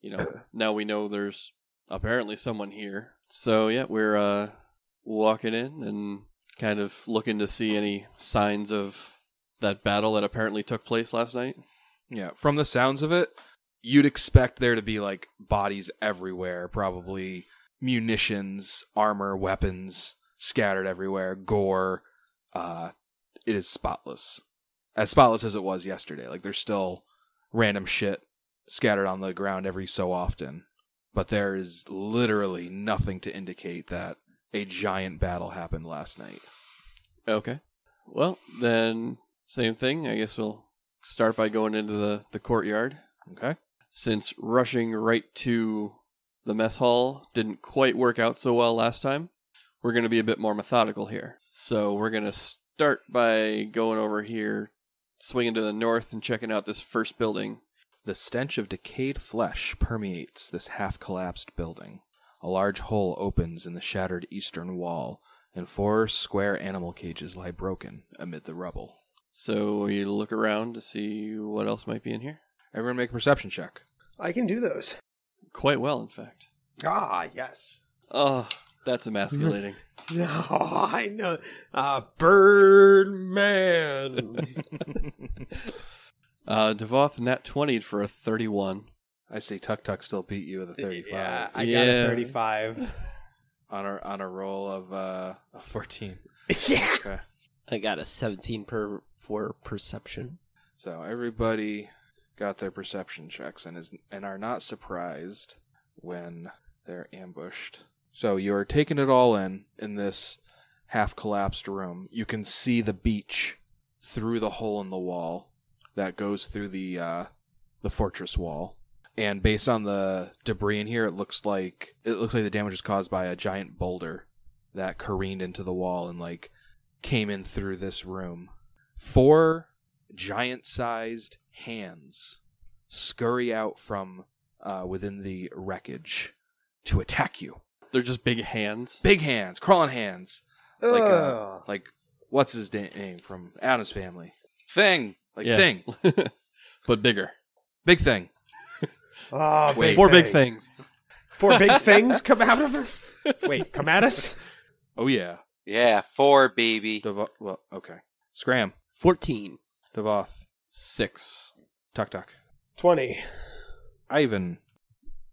[SPEAKER 1] you know, now we know there's apparently someone here. So, yeah, we're uh, walking in and kind of looking to see any signs of that battle that apparently took place last night.
[SPEAKER 3] Yeah, from the sounds of it, you'd expect there to be like bodies everywhere, probably munitions, armor, weapons scattered everywhere, gore. Uh it is spotless. As spotless as it was yesterday. Like there's still random shit scattered on the ground every so often, but there is literally nothing to indicate that a giant battle happened last night.
[SPEAKER 1] Okay. Well, then, same thing. I guess we'll start by going into the, the courtyard.
[SPEAKER 3] Okay?
[SPEAKER 1] since rushing right to the mess hall didn't quite work out so well last time, we're going to be a bit more methodical here. So we're going to start by going over here, swinging to the north, and checking out this first building.
[SPEAKER 3] The stench of decayed flesh permeates this half collapsed building. A large hole opens in the shattered eastern wall, and four square animal cages lie broken amid the rubble.
[SPEAKER 1] So we look around to see what else might be in here.
[SPEAKER 3] Everyone make a perception check.
[SPEAKER 2] I can do those.
[SPEAKER 1] Quite well, in fact.
[SPEAKER 2] Ah, yes.
[SPEAKER 1] Oh, that's emasculating.
[SPEAKER 2] No, I know. Uh, Birdman.
[SPEAKER 1] uh, Devoth nat 20 for a 31.
[SPEAKER 3] I see Tuck Tuck still beat you with a 35
[SPEAKER 2] Yeah, I got
[SPEAKER 1] Yeah.
[SPEAKER 2] a 35.
[SPEAKER 3] on, a, on a roll of uh, a 14.
[SPEAKER 2] yeah.
[SPEAKER 3] Okay.
[SPEAKER 7] I got a 17 per for perception.
[SPEAKER 3] So everybody got their perception checks and is and are not surprised when they're ambushed. So you're taking it all in in this half collapsed room. You can see the beach through the hole in the wall that goes through the uh, the fortress wall. And based on the debris in here, it looks like it looks like the damage was caused by a giant boulder that careened into the wall and like came in through this room. Four giant sized hands scurry out from uh, within the wreckage to attack you.
[SPEAKER 1] They're just big hands.
[SPEAKER 3] Big hands, crawling hands. Like, uh,
[SPEAKER 2] Ugh.
[SPEAKER 3] like what's his da- name from Adam's family?
[SPEAKER 4] Thing.
[SPEAKER 3] Like
[SPEAKER 1] Yeah.
[SPEAKER 3] thing,
[SPEAKER 1] but bigger.
[SPEAKER 3] big thing.
[SPEAKER 2] Oh,
[SPEAKER 3] Wait.
[SPEAKER 1] Four big
[SPEAKER 2] thing.
[SPEAKER 1] things.
[SPEAKER 2] Four big things come out of us? Wait, come at us?
[SPEAKER 3] Oh yeah,
[SPEAKER 4] Yeah, four baby.
[SPEAKER 3] Devo- well okay. Scram,
[SPEAKER 7] 14.
[SPEAKER 3] Devoth,
[SPEAKER 1] Six.
[SPEAKER 3] Tuck Tuck,
[SPEAKER 2] 20.
[SPEAKER 3] Ivan.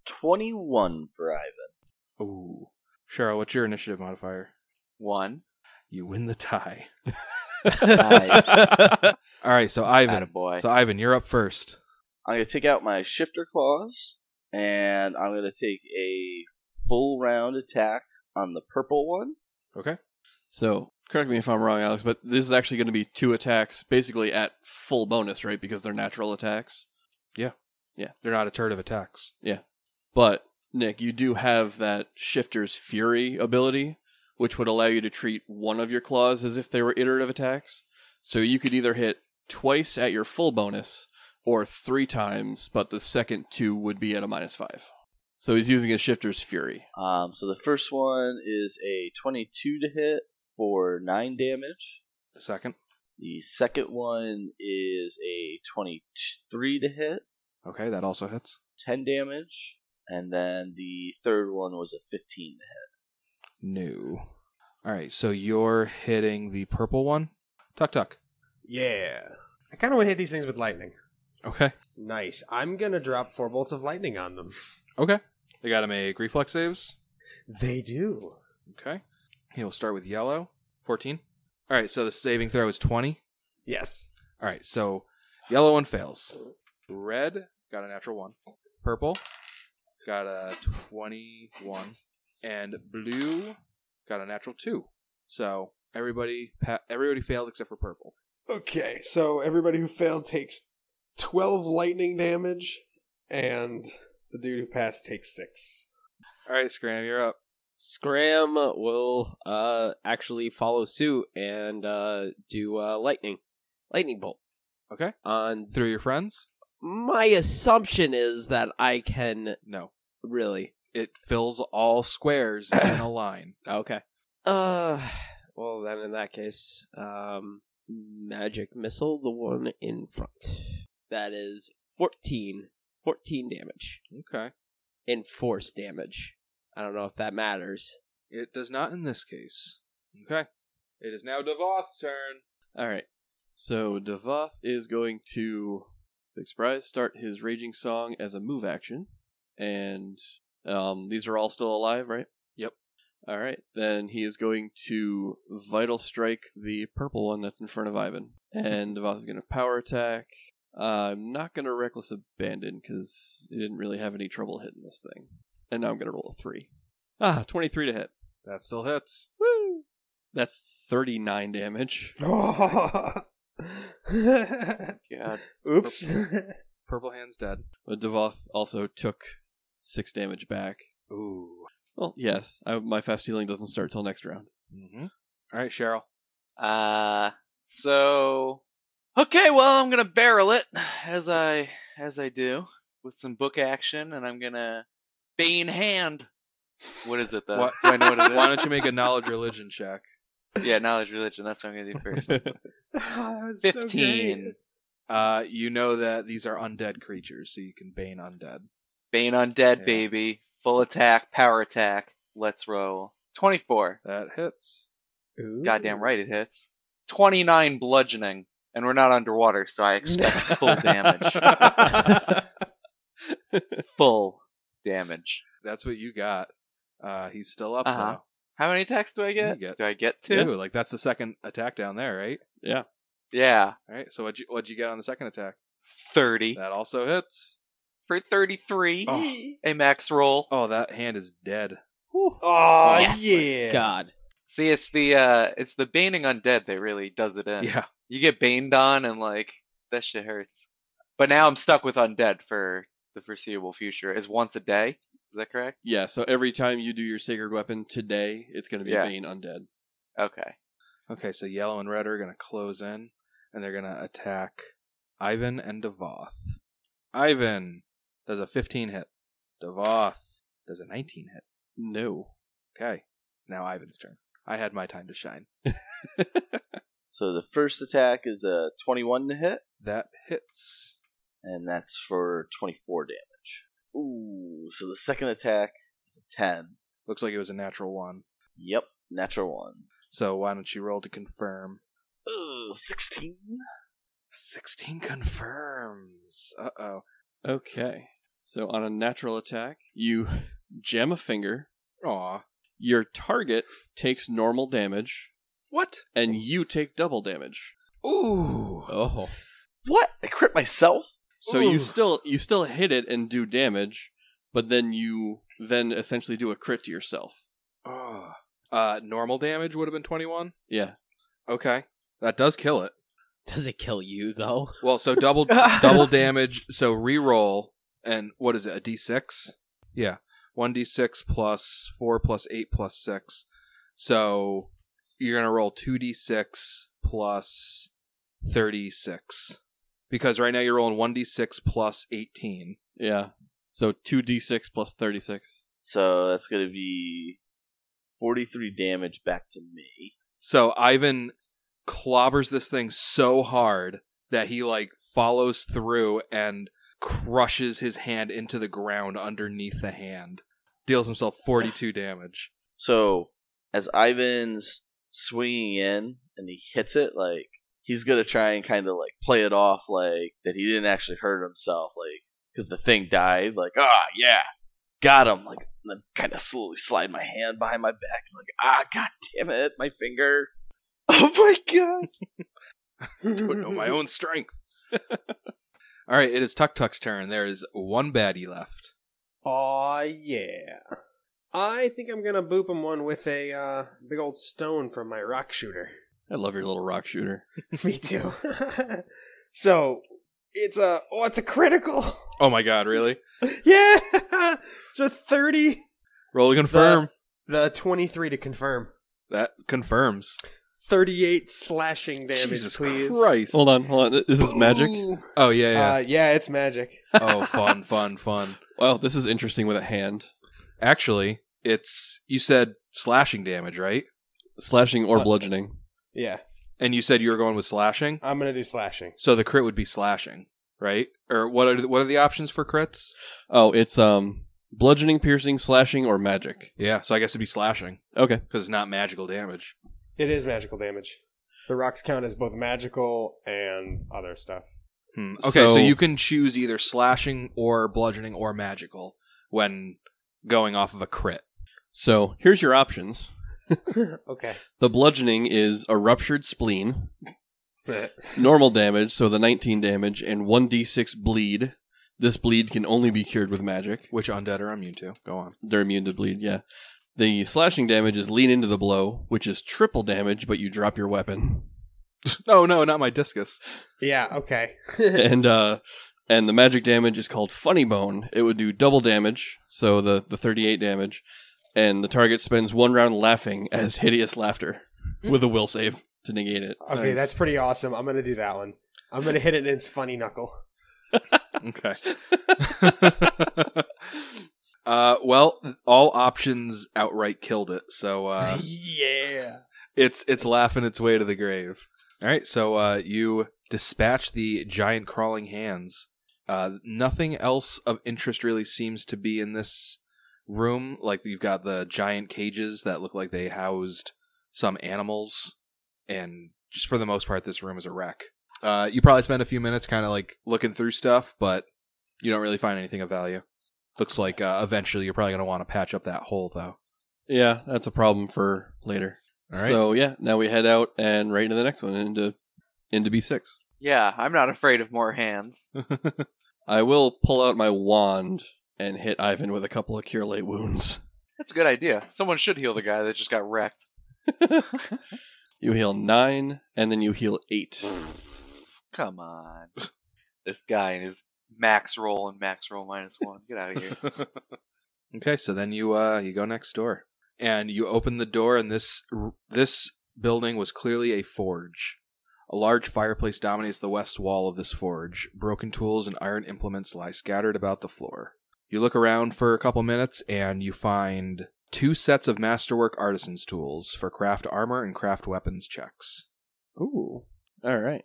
[SPEAKER 6] 21 for Ivan.
[SPEAKER 3] Ooh, Cheryl, what's your initiative modifier?
[SPEAKER 4] One.
[SPEAKER 3] You win the tie.
[SPEAKER 4] Nice.
[SPEAKER 3] All right, so Ivan.
[SPEAKER 4] boy.
[SPEAKER 3] So Ivan, you're up first.
[SPEAKER 6] I'm going to take out my shifter claws, and I'm going to take a full round attack on the purple one.
[SPEAKER 3] Okay.
[SPEAKER 1] So correct me if I'm wrong, Alex, but this is actually going to be two attacks, basically at full bonus, right? Because they're natural attacks.
[SPEAKER 3] They're not a turd of attacks.
[SPEAKER 1] But Nick, you do have that Shifter's Fury ability, which would allow you to treat one of your claws as if they were iterative attacks. So you could either hit twice at your full bonus or three times, but the second two would be at a minus five. So he's using his Shifter's Fury.
[SPEAKER 6] Um, so the first one is a 22 to hit for 9 damage.
[SPEAKER 3] The second.
[SPEAKER 6] The second one is a 23 to hit,
[SPEAKER 3] Okay, that also hits.
[SPEAKER 6] 10 damage. And then the third one was a 15 to
[SPEAKER 3] No. All right, so you're hitting the purple one. Tuck tuck.
[SPEAKER 2] Yeah. I kind of want to hit these things with lightning.
[SPEAKER 3] Okay.
[SPEAKER 2] Nice. I'm going to drop four bolts of lightning on them.
[SPEAKER 3] Okay. They got to make reflex saves.
[SPEAKER 2] They do.
[SPEAKER 3] Okay. He will start with yellow. 14. All right, so the saving throw is 20.
[SPEAKER 2] Yes.
[SPEAKER 3] All right, so yellow one fails. Red got a natural one. Purple got a 21. And blue got a natural two. So everybody pa- everybody failed except for purple.
[SPEAKER 2] Okay, so everybody who failed takes 12 lightning damage, and the dude who passed takes 6.
[SPEAKER 3] All right, Scram, you're up.
[SPEAKER 7] Scram will uh, actually follow suit and uh, do uh, lightning. Lightning bolt
[SPEAKER 3] Okay.
[SPEAKER 7] on
[SPEAKER 3] Through your friends.
[SPEAKER 7] my assumption is that I can
[SPEAKER 3] No.
[SPEAKER 7] really.
[SPEAKER 3] It fills all squares in a line.
[SPEAKER 5] Okay.
[SPEAKER 7] Uh, well then, in that case, um, magic missile, the one in front. That is 14. 14 damage.
[SPEAKER 3] Okay.
[SPEAKER 7] And force damage. I don't know if that matters.
[SPEAKER 3] It does not in this case. Okay. It is now Devoth's turn.
[SPEAKER 1] All right. So Devoth is going to, big surprise, start his raging song as a move action, and um, these are all still alive, right?
[SPEAKER 3] Yep.
[SPEAKER 1] All right. Then he is going to vital strike the purple one that's in front of Ivan, and Devoth is going to power attack. Uh, I'm not going to reckless abandon because he didn't really have any trouble hitting this thing, and now I'm going to roll a three. Ah, 23 to hit.
[SPEAKER 3] That still hits.
[SPEAKER 1] Woo! That's 39 damage.
[SPEAKER 4] God.
[SPEAKER 2] Oops.
[SPEAKER 3] Purple Hand's dead.
[SPEAKER 1] But Devoth also took six damage back.
[SPEAKER 3] Ooh.
[SPEAKER 1] Well, yes, I, my fast healing doesn't start till next round.
[SPEAKER 3] Mm-hmm. All right, Cheryl.
[SPEAKER 4] Uh, so okay, well, I'm gonna barrel it as I as I do with some book action, and I'm gonna bane hand. What is it though?
[SPEAKER 3] What-
[SPEAKER 4] Do I know what it is?
[SPEAKER 3] Why don't you make a knowledge religion check?
[SPEAKER 4] Yeah, knowledge religion. That's what I'm gonna do first.
[SPEAKER 2] That was so great.
[SPEAKER 4] Fifteen.
[SPEAKER 3] Uh, you know that these are undead creatures, so you can bane undead.
[SPEAKER 4] bane undead,
[SPEAKER 3] Yeah.
[SPEAKER 4] baby. Full attack, power attack. Let's roll. Twenty-four.
[SPEAKER 3] That hits.
[SPEAKER 4] Goddamn right, it hits. Twenty-nine bludgeoning, and we're not underwater, so I expect full damage. Full damage.
[SPEAKER 3] That's what you got. Uh, he's still up
[SPEAKER 4] Uh-huh.
[SPEAKER 3] though.
[SPEAKER 4] How many attacks do I get?
[SPEAKER 3] get
[SPEAKER 4] do I get two?
[SPEAKER 3] Dude, like that's the second attack down there, right?
[SPEAKER 4] Yeah,
[SPEAKER 3] All right. So what'd you what'd you get on the second attack?
[SPEAKER 4] thirty.
[SPEAKER 3] That also hits.
[SPEAKER 4] for 33.
[SPEAKER 3] Oh.
[SPEAKER 4] A max roll.
[SPEAKER 3] Oh, that hand is dead.
[SPEAKER 2] Oh,
[SPEAKER 7] Yes.
[SPEAKER 2] yeah.
[SPEAKER 7] God.
[SPEAKER 4] See, it's the uh it's the baning undead that really does it in.
[SPEAKER 3] Yeah.
[SPEAKER 4] You get baned on and like that shit hurts. But now I'm stuck with undead for the foreseeable future. Is once a day? Is that correct?
[SPEAKER 1] Yeah, so every time you do your sacred weapon today, it's going to be
[SPEAKER 4] Yeah.
[SPEAKER 1] Bane Undead.
[SPEAKER 4] Okay.
[SPEAKER 3] Okay. So yellow and red are gonna close in, and they're gonna attack Ivan and Devoth. Ivan does a 15 hit. Devoth does a 19 hit.
[SPEAKER 1] No.
[SPEAKER 3] Okay. It's now Ivan's turn. I had my time to shine.
[SPEAKER 6] So the first attack is a 21 to hit,
[SPEAKER 3] That hits.
[SPEAKER 6] and that's for 24 damage. Ooh, so the second attack is a 10.
[SPEAKER 3] Looks like it was a natural one.
[SPEAKER 6] Yep, natural one.
[SPEAKER 3] So why don't you roll to confirm?
[SPEAKER 6] Ugh, 16?
[SPEAKER 3] 16 confirms. Uh oh.
[SPEAKER 1] Okay. So on a natural attack, you jam a finger.
[SPEAKER 3] Aw.
[SPEAKER 1] Your target takes normal damage,
[SPEAKER 3] What?
[SPEAKER 1] and you take double damage.
[SPEAKER 3] Ooh.
[SPEAKER 7] Oh.
[SPEAKER 6] What? I crit myself?
[SPEAKER 1] So
[SPEAKER 3] Ooh.
[SPEAKER 1] you still you still hit it and do damage, but then you then essentially do a crit to yourself.
[SPEAKER 3] Oh. Uh, normal damage would have been 21.
[SPEAKER 1] Yeah.
[SPEAKER 3] Okay. That does kill it.
[SPEAKER 7] Does it kill you, though?
[SPEAKER 3] Well, so double double damage, so reroll and what is it? A d6? Yeah. 1d6 plus 4 plus 8 plus 6. So you're going to roll 2d6 plus 36 because right now you're rolling 1d6 plus 18.
[SPEAKER 1] Yeah. So 2d6 plus 36.
[SPEAKER 6] So that's going to be 43 damage back to me.
[SPEAKER 3] So Ivan clobbers this thing so hard that he like follows through and crushes his hand into the ground underneath the hand. Deals himself 42 damage.
[SPEAKER 6] So as Ivan's swinging in and he hits it, like, he's going to try and kind of, like, play it off, like, that he didn't actually hurt himself, like, because the thing died, like, ah, yeah, got him, like, and then kind of slowly slide my hand behind my back, and like, ah, god damn it, my finger.
[SPEAKER 4] Oh my god.
[SPEAKER 3] Don't know my own strength. All right, it is Tuk Tuk's turn. There is one baddie left.
[SPEAKER 2] Aw, yeah. I think I'm gonna boop him one with a uh, big old stone from my rock shooter.
[SPEAKER 1] I love your little rock shooter.
[SPEAKER 2] Me too. so it's a oh, it's a critical.
[SPEAKER 3] Oh my god, really?
[SPEAKER 2] yeah, it's a thirty.
[SPEAKER 3] Roll to confirm.
[SPEAKER 2] The twenty-three to confirm.
[SPEAKER 3] That confirms.
[SPEAKER 2] 38 slashing damage,
[SPEAKER 3] Jesus
[SPEAKER 2] please.
[SPEAKER 3] Christ.
[SPEAKER 1] Hold on, hold on. This is magic.
[SPEAKER 3] Oh yeah, yeah.
[SPEAKER 2] Uh, yeah, it's magic.
[SPEAKER 3] oh, fun, fun, fun.
[SPEAKER 1] Wow, this is interesting with a hand.
[SPEAKER 3] Actually, it's you said slashing damage, right?
[SPEAKER 1] Slashing or
[SPEAKER 2] Uh,
[SPEAKER 1] bludgeoning.
[SPEAKER 2] Yeah,
[SPEAKER 3] And you said you were going with slashing.
[SPEAKER 2] I'm going to do slashing.
[SPEAKER 3] So the crit would be slashing, right? Or what are the, what are the options for crits?
[SPEAKER 1] Oh, it's um bludgeoning, piercing, slashing, or magic.
[SPEAKER 3] Yeah, so I guess it'd be slashing
[SPEAKER 1] Okay.
[SPEAKER 3] because it's not magical damage.
[SPEAKER 2] It is magical damage. The rocks count as both magical and other stuff.
[SPEAKER 3] Hmm. Okay, so,
[SPEAKER 1] So-
[SPEAKER 3] you can choose either slashing or bludgeoning or magical when going off of a crit.
[SPEAKER 1] So here's your options.
[SPEAKER 2] Okay.
[SPEAKER 1] The bludgeoning is a ruptured spleen, normal damage, so the 19 damage, and 1d6 bleed. This bleed can only be cured with magic.
[SPEAKER 3] Which undead are immune to. Go on.
[SPEAKER 1] They're immune to bleed, yeah. The slashing damage is lean into the blow, which is triple damage, but you drop your weapon.
[SPEAKER 3] No, no, not my discus.
[SPEAKER 2] yeah, okay.
[SPEAKER 1] and uh and the magic damage is called funny bone it would do double damage so the the 38 damage and the target spends one round laughing as hideous laughter with a will save to negate it
[SPEAKER 2] Okay,
[SPEAKER 3] Nice.
[SPEAKER 2] that's pretty awesome. I'm going to do that one. I'm going to hit it in its funny knuckle.
[SPEAKER 3] Okay. uh, well, all options outright killed it. So uh,
[SPEAKER 2] yeah.
[SPEAKER 3] it's it's laughing its way to the grave. All right, so uh, you dispatch the giant crawling hands. Uh, nothing else of interest really seems to be in this room. Like you've got the giant cages that look like they housed some animals, and just for the most part, this room is a wreck. Uh, you probably spend a few minutes kind of like looking through stuff, but you don't really find anything of value. Looks like uh, eventually you're probably going to want to patch up that hole, though.
[SPEAKER 1] yeah that's a problem for later
[SPEAKER 3] All right.
[SPEAKER 1] so yeah now we head out and right into the next one into into b6
[SPEAKER 4] Yeah, I'm not afraid of more hands.
[SPEAKER 1] i will pull out my wand and hit ivan with a couple of cure late wounds
[SPEAKER 4] That's a good idea. Someone should heal the guy that just got wrecked.
[SPEAKER 1] you heal nine and then you heal eight
[SPEAKER 4] Come on. This guy and his max roll and max roll minus one. Get out of here.
[SPEAKER 3] okay, so then you uh you go next door and you open the door and this this building was clearly a forge. A large fireplace dominates the west wall of this forge. Broken tools and iron implements lie scattered about the floor. You look around for a couple minutes and you find two sets of masterwork artisans tools for craft armor and craft weapons checks.
[SPEAKER 1] Ooh. All right.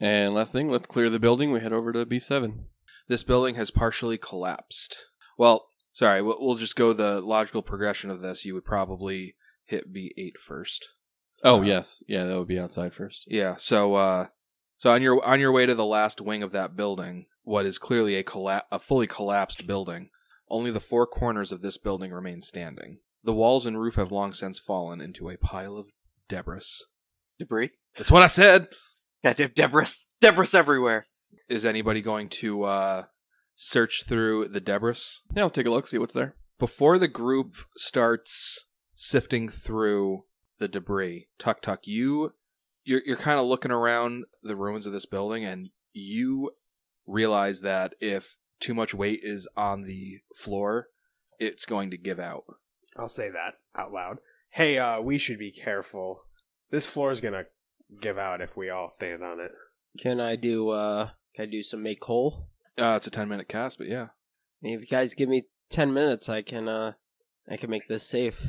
[SPEAKER 1] And last thing, let's clear the building. We head over to B7.
[SPEAKER 3] this building has partially collapsed. Well, sorry, we'll, we'll just go the logical progression of this. You would probably hit B8 first.
[SPEAKER 1] Oh,
[SPEAKER 3] Uh,
[SPEAKER 1] yes. Yeah, that would be outside first.
[SPEAKER 3] Yeah. So, uh, so on your on your way to the last wing of that building, what is clearly a colla- a fully collapsed building, only the four corners of this building remain standing. The walls and roof have long since fallen into a pile of debris.
[SPEAKER 4] Debris.
[SPEAKER 3] That's what I said.
[SPEAKER 4] Goddamn debris. Debris everywhere.
[SPEAKER 3] Is anybody going to uh, search through the debris?
[SPEAKER 1] Now take a look, see what's there.
[SPEAKER 3] before the group starts sifting through the debris, Tuck Tuck, you you're, you're kind of looking around the ruins of this building, and you realize that if too much weight is on the floor, it's going to give out.
[SPEAKER 2] I'll say that out loud. Hey, uh, we should be careful. This floor's going to give out if we all stand on it.
[SPEAKER 7] Can I do? uh Can I do some make coal?
[SPEAKER 3] Uh, it's a ten minute cast, but yeah.
[SPEAKER 7] I mean, if you guys give me ten minutes, I can. uh I can make this safe.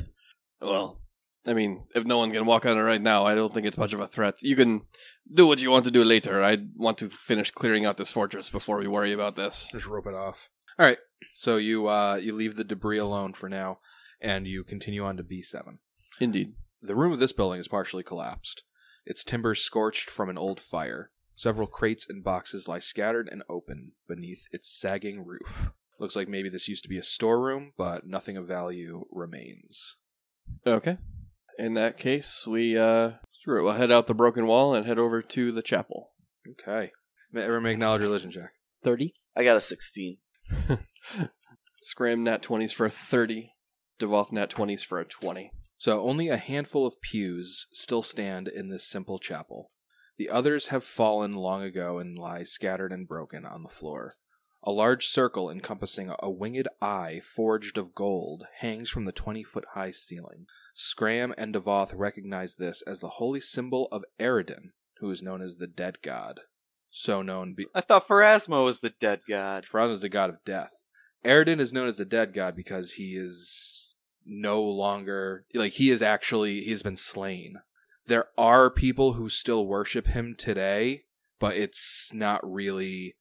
[SPEAKER 1] Well, I mean, if no one can walk on it right now, I don't think it's much of a threat. You can do what you want to do later. I want to finish clearing out this fortress before we worry about this.
[SPEAKER 3] Just rope it off. All right. So you uh, you leave the debris alone for now, and you continue on to B seven.
[SPEAKER 1] Indeed.
[SPEAKER 3] The room of this building is partially collapsed, its timbers scorched from an old fire. Several crates and boxes lie scattered and open beneath its sagging roof. Looks like maybe this used to be a storeroom, but nothing of value remains.
[SPEAKER 1] Okay. In that case, we, uh, screw it. We'll head out the broken wall and head over to the chapel.
[SPEAKER 3] Okay. Ma- Everyone make knowledge religion check.
[SPEAKER 7] Thirty.
[SPEAKER 6] I got a 16.
[SPEAKER 1] Scram nat 20s for a 30, Devoth nat 20s for a 20.
[SPEAKER 3] So only a handful of pews still stand in this simple chapel. The others have fallen long ago and lie scattered and broken on the floor. A large circle encompassing a winged eye forged of gold hangs from the 20 foot high ceiling. Scram and Devoth recognize this as the holy symbol of Eridan, who is known as the Dead God. So known be-
[SPEAKER 4] I thought Pharasma was the dead god.
[SPEAKER 3] Farazan is the god of death. Eridan is known as the dead god because he is no longer like he is actually he's been slain. There are people who still worship him today, but it's not really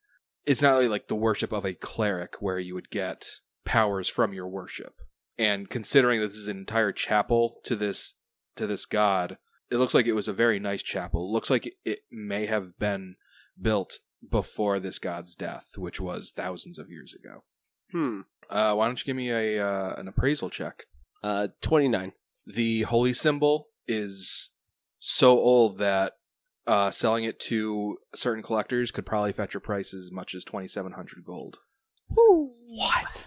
[SPEAKER 3] it's not really like the worship of a cleric where you would get powers from your worship. And considering that this is an entire chapel to this to this god, it looks like it was a very nice chapel. It looks like it may have been built before this god's death, which was thousands of years ago.
[SPEAKER 5] Hmm.
[SPEAKER 3] Uh, why don't you give me a uh, an appraisal check?
[SPEAKER 5] Uh, 29.
[SPEAKER 3] The holy symbol is so old that uh, selling it to certain collectors could probably fetch a price as much as twenty seven hundred gold.
[SPEAKER 4] What? Oh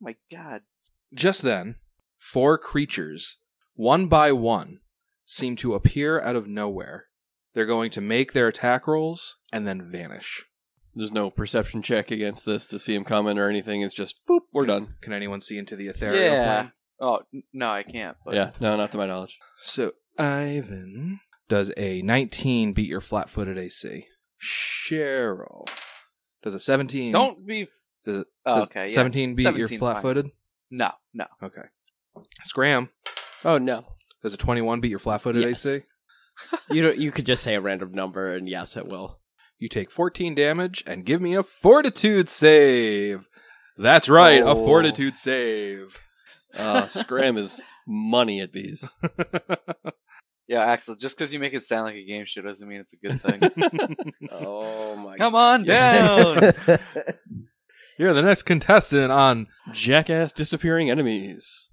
[SPEAKER 4] my god.
[SPEAKER 3] Just then, four creatures, one by one, seem to appear out of nowhere. They're going to make their attack rolls and then vanish.
[SPEAKER 1] There's no perception check against this to see him coming or anything. It's just boop, we're done.
[SPEAKER 3] Can anyone see into the ethereal plane?
[SPEAKER 4] Oh n- no, I can't. But
[SPEAKER 1] Yeah, no, not to my knowledge.
[SPEAKER 3] So Ivan does a 19 beat your flat-footed AC. Cheryl does a 17.
[SPEAKER 4] Don't be.
[SPEAKER 3] does,
[SPEAKER 4] Oh,
[SPEAKER 3] does
[SPEAKER 4] okay. Yeah.
[SPEAKER 3] 17 beat your
[SPEAKER 4] 17's fine.
[SPEAKER 3] flat-footed.
[SPEAKER 4] No, no.
[SPEAKER 3] Okay. Scram
[SPEAKER 7] Oh no,
[SPEAKER 3] does a 21 beat your flat-footed
[SPEAKER 7] Yes.
[SPEAKER 3] AC.
[SPEAKER 7] you don't, you could just say a random number, and yes, it will.
[SPEAKER 3] You take 14 damage and give me a fortitude save. That's right, a
[SPEAKER 4] Oh.
[SPEAKER 3] fortitude save.
[SPEAKER 1] Uh, Scram is money at these.
[SPEAKER 4] Yeah, Axel. Just because you make it sound like a game show doesn't mean it's a good thing.
[SPEAKER 7] Oh my.
[SPEAKER 4] Come on down.
[SPEAKER 3] You're the next contestant on
[SPEAKER 1] Jackass disappearing enemies.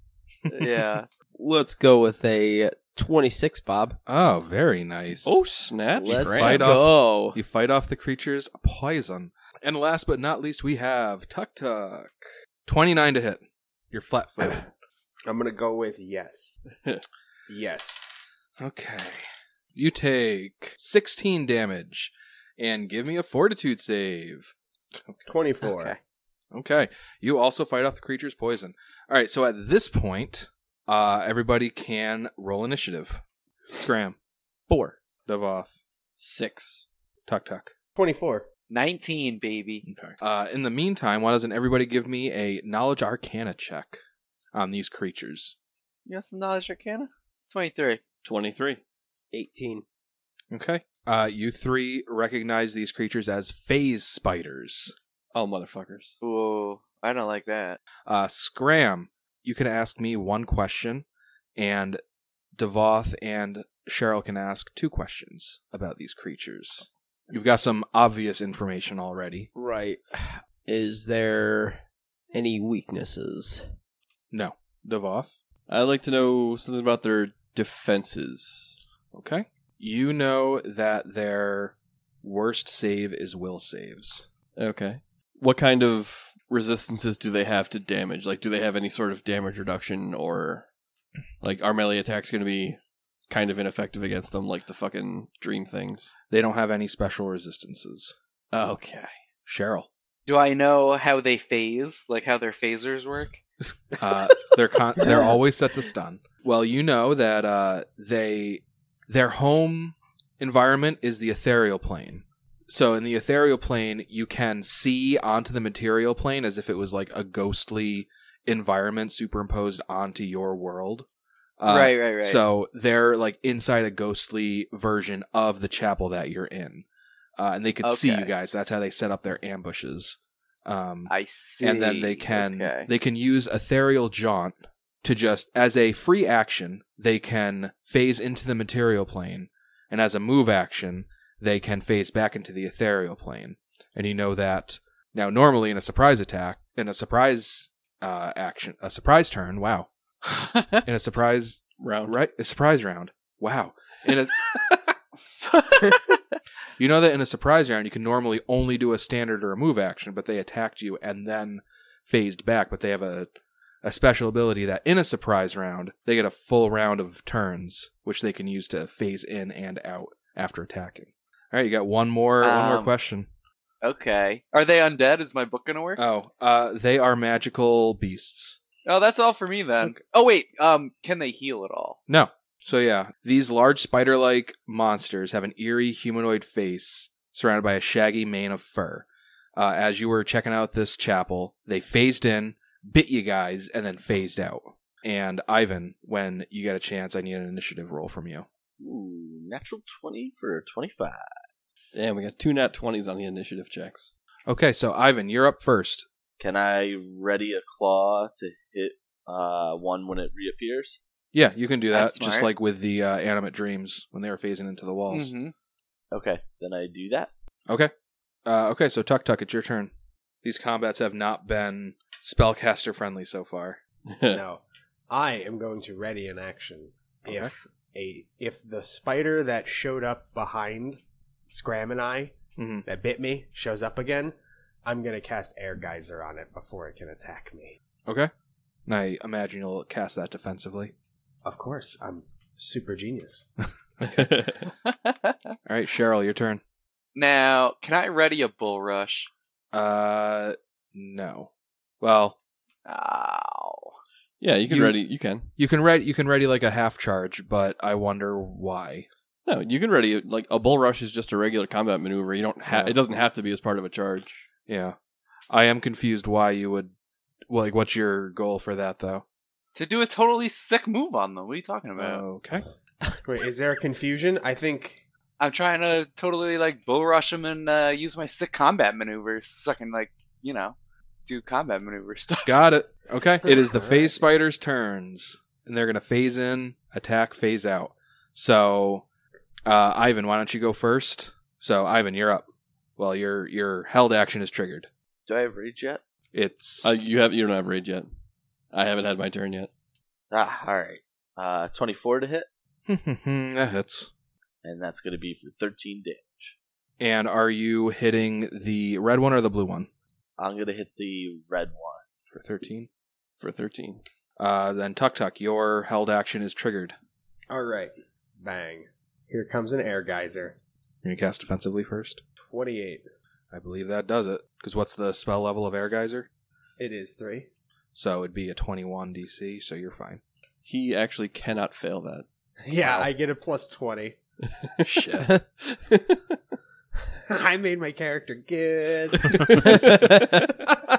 [SPEAKER 4] yeah.
[SPEAKER 7] Let's go with a 26, Bob.
[SPEAKER 3] Oh, very nice.
[SPEAKER 1] Oh snap!
[SPEAKER 7] Let's
[SPEAKER 1] Scram.
[SPEAKER 3] fight off-
[SPEAKER 7] go.
[SPEAKER 3] You fight off the creature's poison. And last but not least, we have Tuk Tuk. 29 to hit. You're flat footed.
[SPEAKER 2] I'm gonna go with yes. yes.
[SPEAKER 3] okay. You take 16 damage and give me a fortitude save.
[SPEAKER 2] Twenty four.
[SPEAKER 4] Okay.
[SPEAKER 3] Okay. You also fight off the creature's poison. All right. So at this point, uh, everybody can roll initiative. Scram. Four. Devoth.
[SPEAKER 1] Six.
[SPEAKER 3] Tuk Tuk.
[SPEAKER 2] Twenty four.
[SPEAKER 4] Nineteen, baby.
[SPEAKER 3] Okay. Uh, in the meantime, why doesn't everybody give me a knowledge arcana check on these creatures?
[SPEAKER 4] You got some knowledge arcana? Twenty-three.
[SPEAKER 1] Twenty-three.
[SPEAKER 7] 18.
[SPEAKER 3] Okay. Uh, you three recognize these creatures as phase spiders.
[SPEAKER 1] Oh motherfuckers!
[SPEAKER 4] Whoa. I don't like that.
[SPEAKER 3] Uh, Scram, you can ask me one question, and Devoth and Cheryl can ask two questions about these creatures. You've got some obvious information already.
[SPEAKER 7] Right. Is there any weaknesses?
[SPEAKER 3] No. Devoth.
[SPEAKER 1] I'd like to know something about their defenses.
[SPEAKER 3] Okay. You know that their worst save is will saves.
[SPEAKER 1] Okay. What kind of resistances do they have to damage? Like, do they have any sort of damage reduction or like our melee attacks going to be kind of ineffective against them, like the fucking dream things?
[SPEAKER 3] They don't have any special resistances.
[SPEAKER 1] Okay.
[SPEAKER 3] Cheryl.
[SPEAKER 4] Do I know how they phase? Like how their phasers work?
[SPEAKER 3] Uh, they're con- they're always set to stun. Well, you know that uh, they their home environment is the ethereal plane. So in the ethereal plane, you can see onto the material plane as if it was like a ghostly environment superimposed onto your world. Uh,
[SPEAKER 4] right, right, right.
[SPEAKER 3] So they're like inside a ghostly version of the chapel that you're in, uh, and they could see
[SPEAKER 4] Okay.
[SPEAKER 3] you guys. That's how they set up their ambushes. Um,
[SPEAKER 4] I see.
[SPEAKER 3] and then they can
[SPEAKER 4] Okay.
[SPEAKER 3] they can use ethereal jaunt to just as a free action they can phase into the material plane and as a move action they can phase back into the ethereal plane and you know that now normally in a surprise attack in a surprise uh, action a surprise turn wow in a surprise
[SPEAKER 1] Round.
[SPEAKER 3] right a surprise round wow in a you know that in a surprise round, you can normally only do a standard or a move action, but they attacked you and then phased back. But they have a, a special ability that in a surprise round, they get a full round of turns, which they can use to phase in and out after attacking. All right, you got one more one more
[SPEAKER 4] Um,
[SPEAKER 3] question.
[SPEAKER 4] Okay. Are they undead? Is my book gonna work?
[SPEAKER 3] Oh, uh, they are magical beasts.
[SPEAKER 4] oh, that's all for me then. Oh wait, um, can they heal at all?
[SPEAKER 3] No. So yeah, these large spider-like monsters have an eerie humanoid face surrounded by a shaggy mane of fur. Uh, as you were checking out this chapel, they phased in, bit you guys, and then phased out. And Ivan, when you get a chance, I need an initiative roll from you.
[SPEAKER 6] Ooh, natural 20 for 25.
[SPEAKER 1] Damn, we got two nat 20s on the initiative checks.
[SPEAKER 3] Okay, so Ivan, you're up first.
[SPEAKER 6] Can I ready a claw to hit uh, one when it reappears?
[SPEAKER 3] Yeah, you can do that,
[SPEAKER 4] That's
[SPEAKER 3] just
[SPEAKER 4] smart.
[SPEAKER 3] like with the uh, animate dreams when they were phasing into the walls.
[SPEAKER 4] Mhm.
[SPEAKER 6] Okay, then I do that.
[SPEAKER 4] Mm-hmm.
[SPEAKER 3] Okay. Uh, okay, so Tuck Tuck, it's your turn. These combats have not been spellcaster friendly so far.
[SPEAKER 2] no, I am going to ready an action. If a if the spider that showed up behind Scram and I
[SPEAKER 3] Mhm.
[SPEAKER 2] that bit me shows up again, I'm gonna cast Air Geyser on it before it can attack me.
[SPEAKER 3] Okay. And I imagine you'll cast that defensively.
[SPEAKER 2] Of course, I'm super genius.
[SPEAKER 3] All right, Cheryl, your turn.
[SPEAKER 4] Mm-hmm. now, can I ready a bull rush?
[SPEAKER 3] Uh, no. Well,
[SPEAKER 4] Ow.
[SPEAKER 1] yeah, you can
[SPEAKER 3] You-
[SPEAKER 1] ready. You can.
[SPEAKER 3] you can ready you can ready like a half charge, but I wonder why.
[SPEAKER 1] No, you can ready. Like a bull rush is just a regular combat maneuver. You don't have.
[SPEAKER 3] Yeah.
[SPEAKER 1] It doesn't have to be as part of a charge.
[SPEAKER 3] Yeah, I am confused why you would. Well, like, what's your goal for that though?
[SPEAKER 4] To do a totally sick move on them. What are you talking about?
[SPEAKER 3] Okay.
[SPEAKER 2] Wait, is there a confusion? I think
[SPEAKER 4] I'm trying to totally like bull rush them and uh, use my sick combat maneuvers so I can like you know do combat maneuver stuff.
[SPEAKER 3] Got it. Okay. It is the phase spiders' turns, and they're gonna phase in, attack, phase out. So, uh, Ivan, why don't you go first? So, Ivan, you're up. Well, your your held action is triggered.
[SPEAKER 6] Do I have rage yet?
[SPEAKER 3] It's
[SPEAKER 1] Uh, you have. You don't have rage yet. I haven't had my turn yet.
[SPEAKER 6] Ah, alright. Uh, 24 to hit,
[SPEAKER 3] that hits.
[SPEAKER 6] and that's going to be for 13 damage.
[SPEAKER 3] And are you hitting the red one or the blue one
[SPEAKER 6] I'm going to hit the red one.
[SPEAKER 3] for thirteen?
[SPEAKER 1] For thirteen.
[SPEAKER 3] Uh, then Tuck Tuck, your held action is triggered.
[SPEAKER 2] All right. Bang. Here comes an air geyser.
[SPEAKER 3] You gonna cast defensively first.
[SPEAKER 2] 28.
[SPEAKER 3] I believe that does it. Because what's the spell level of Air Geyser?
[SPEAKER 2] It is 3.
[SPEAKER 3] So it'd be a twenty-one DC. So you're fine.
[SPEAKER 1] He actually cannot fail that.
[SPEAKER 2] Yeah,
[SPEAKER 1] Wow.
[SPEAKER 2] I get a plus 20.
[SPEAKER 1] Shit.
[SPEAKER 2] I made my character good.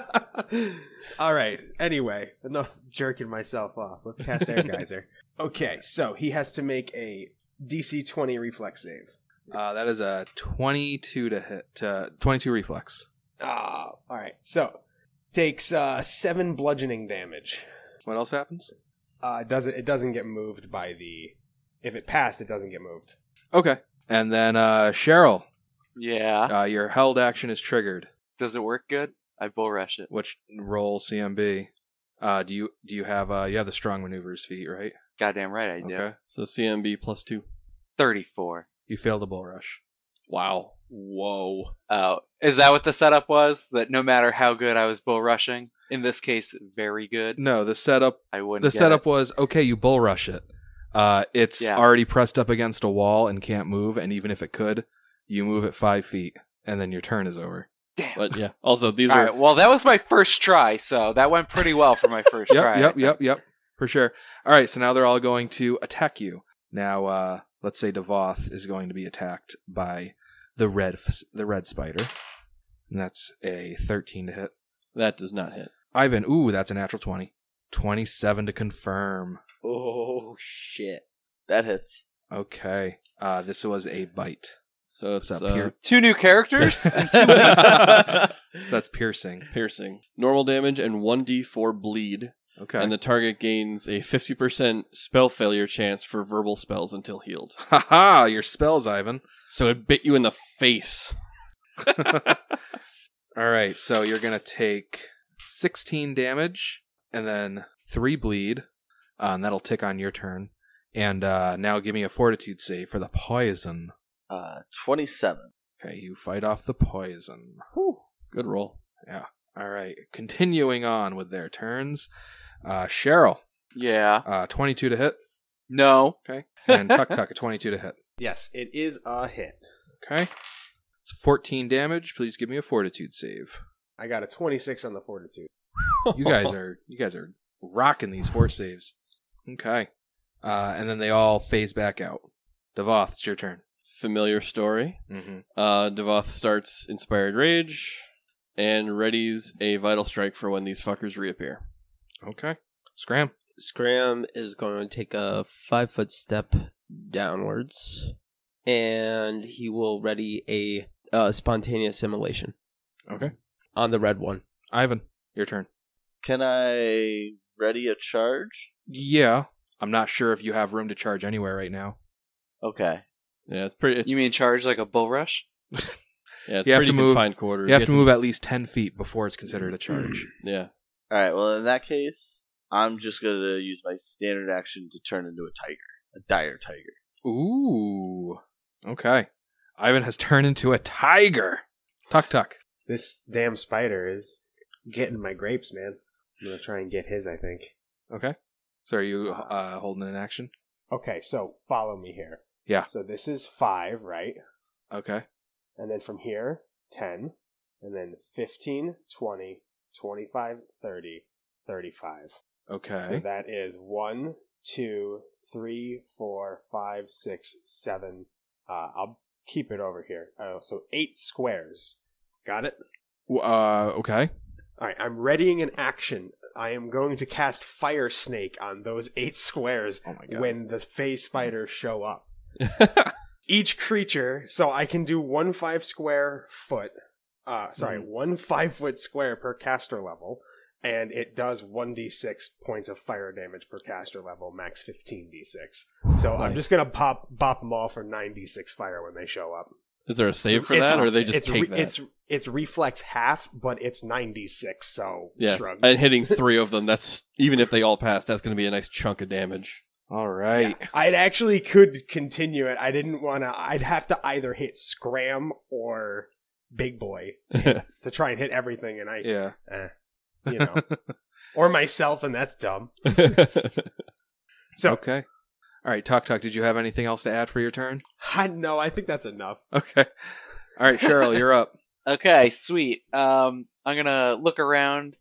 [SPEAKER 2] All right. Anyway, enough jerking myself off. Let's cast Air Geyser. Okay, so he has to make a DC 20 reflex save.
[SPEAKER 3] Uh, that is a 22 to hit. To, 22 reflex.
[SPEAKER 2] Ah, all right. So takes uh, seven bludgeoning damage.
[SPEAKER 3] What else happens?
[SPEAKER 2] Uh, it doesn't it doesn't get moved by the? If it passed, it doesn't get moved.
[SPEAKER 3] Okay. And then uh, Cheryl,
[SPEAKER 4] Yeah.
[SPEAKER 3] uh, your held action is triggered.
[SPEAKER 4] Does it work good? I bull rush it.
[SPEAKER 3] Which roll CMB? Uh, do you do you have uh, you have the strong maneuvers feat right?
[SPEAKER 4] Goddamn right I do.
[SPEAKER 1] so CMB plus two.
[SPEAKER 4] Thirty-four.
[SPEAKER 3] You failed a bull rush.
[SPEAKER 1] Wow. Whoa.
[SPEAKER 4] Oh, is that what the setup was? That no matter how good I was bull rushing, in this case, very good,
[SPEAKER 3] No, the setup
[SPEAKER 4] I wouldn't.
[SPEAKER 3] the
[SPEAKER 4] get
[SPEAKER 3] setup
[SPEAKER 4] it.
[SPEAKER 3] was okay. You bull rush it. Uh, it's
[SPEAKER 4] Yeah.
[SPEAKER 3] already pressed up against a wall and can't move. And even if it could, you move it five feet, and then your turn is over.
[SPEAKER 4] Damn.
[SPEAKER 1] But yeah. Also, these
[SPEAKER 4] All
[SPEAKER 1] are
[SPEAKER 4] right. Well, that was my first try, so that went pretty well for my first
[SPEAKER 3] yep,
[SPEAKER 4] try.
[SPEAKER 3] yep, yep, yep, for sure. All right, so now they're all going to attack you. Now, uh, let's say Devoth is going to be attacked by the red f- the red spider, and that's a thirteen to hit.
[SPEAKER 1] that does not hit.
[SPEAKER 3] Ivan, ooh, that's a natural 20. 27 to confirm.
[SPEAKER 7] Oh shit!
[SPEAKER 6] That hits.
[SPEAKER 3] Okay, uh, this was a bite.
[SPEAKER 1] So it's
[SPEAKER 3] So,
[SPEAKER 1] uh,
[SPEAKER 3] pier-
[SPEAKER 4] Two new characters. and two
[SPEAKER 3] so that's piercing.
[SPEAKER 1] piercing, normal damage, and one d4 bleed,
[SPEAKER 3] Okay,
[SPEAKER 1] and the target gains a 50% spell failure chance for verbal spells until healed.
[SPEAKER 3] haha, your spells, Ivan.
[SPEAKER 1] So it bit you in the face.
[SPEAKER 3] All right, so you're gonna take 16 damage and then three bleed, uh, and that'll tick on your turn. And uh, now give me a fortitude save for the poison.
[SPEAKER 6] Uh, 27.
[SPEAKER 3] Okay, you fight off the poison.
[SPEAKER 1] Good roll.
[SPEAKER 3] All right, continuing on with their turns. Uh, Cheryl,
[SPEAKER 4] yeah.
[SPEAKER 3] uh, 22 to hit,
[SPEAKER 4] No.
[SPEAKER 3] and Tuck Tuck, a 22 to hit.
[SPEAKER 2] Yes, it is a hit.
[SPEAKER 3] Okay, It's 14 damage. Please give me a fortitude save.
[SPEAKER 2] I got a 26 on the fortitude.
[SPEAKER 3] You guys are you guys are rocking these fort saves. Okay. Uh, and then they all phase back out. Devoth, it's your turn.
[SPEAKER 1] familiar story.
[SPEAKER 3] Mm-hmm.
[SPEAKER 1] Uh, Devoth starts Inspired Rage and readies a Vital Strike for when these fuckers reappear.
[SPEAKER 3] Okay. Scram.
[SPEAKER 7] Scram is going to take a five foot step downwards, and he will ready a uh, spontaneous immolation
[SPEAKER 3] Okay.
[SPEAKER 7] on the red one.
[SPEAKER 3] Ivan, your turn.
[SPEAKER 6] Can I ready a charge?
[SPEAKER 3] Yeah. I'm not sure if you have room to charge anywhere right now.
[SPEAKER 6] Okay.
[SPEAKER 1] Yeah, it's pretty. It's,
[SPEAKER 4] You mean charge like a bull rush?
[SPEAKER 1] yeah, it's
[SPEAKER 3] you have
[SPEAKER 1] pretty
[SPEAKER 3] to move-
[SPEAKER 1] confined quarters.
[SPEAKER 3] You have to move at least 10 feet before it's considered a charge.
[SPEAKER 1] Yeah.
[SPEAKER 6] All right. Well, in that case, I'm just gonna use my standard action to turn into a tiger, a dire tiger.
[SPEAKER 3] Ooh. Okay. Ivan has turned into a tiger. Tuck tuck.
[SPEAKER 2] This damn spider is getting my grapes, man. I'm gonna try and get his, I think.
[SPEAKER 3] Okay. So are you uh, holding an action?
[SPEAKER 2] Okay, so follow me here.
[SPEAKER 3] Yeah.
[SPEAKER 2] So this is five, right?
[SPEAKER 3] Okay.
[SPEAKER 2] And then from here, 10, and then 15, 20, 25, 30, 35.
[SPEAKER 3] Okay.
[SPEAKER 2] So that is one, two, three, four, five, six, seven. Uh, I'll keep it over here. Oh, so eight squares. Got it?
[SPEAKER 3] W- uh, okay.
[SPEAKER 2] All right, I'm readying an action. I am going to cast Fire Snake on those eight squares
[SPEAKER 3] Oh my god.
[SPEAKER 2] when the phase spiders show up. each creature so i can do one five square foot uh sorry one five foot square per caster level and it does 1d6 points of fire damage per caster level max 15d6 so i'm just
[SPEAKER 1] Nice.
[SPEAKER 2] gonna pop bop them all for 9d6 fire when they show up
[SPEAKER 1] Is there a save for
[SPEAKER 2] It's-
[SPEAKER 1] that, or they just
[SPEAKER 2] it's
[SPEAKER 1] take
[SPEAKER 2] re-
[SPEAKER 1] that?
[SPEAKER 2] it's it's reflex half but it's 9d6 so
[SPEAKER 1] yeah,
[SPEAKER 2] shrugs.
[SPEAKER 1] and hitting three of them. That's even if they all pass. That's going to be a nice chunk of damage.
[SPEAKER 3] All right.
[SPEAKER 2] I'd actually could continue it. I didn't want to. I'd have to either hit Scram or Big Boy to try and hit everything, and I,
[SPEAKER 3] Yeah.
[SPEAKER 2] eh, you know, or myself, and that's dumb. So
[SPEAKER 3] Okay. All right, Tuck Tuck, did you have anything else to add for your turn?
[SPEAKER 2] I know. I think that's enough.
[SPEAKER 3] Okay. All right, Cheryl, you're up.
[SPEAKER 4] Okay, sweet. Um, I'm gonna look around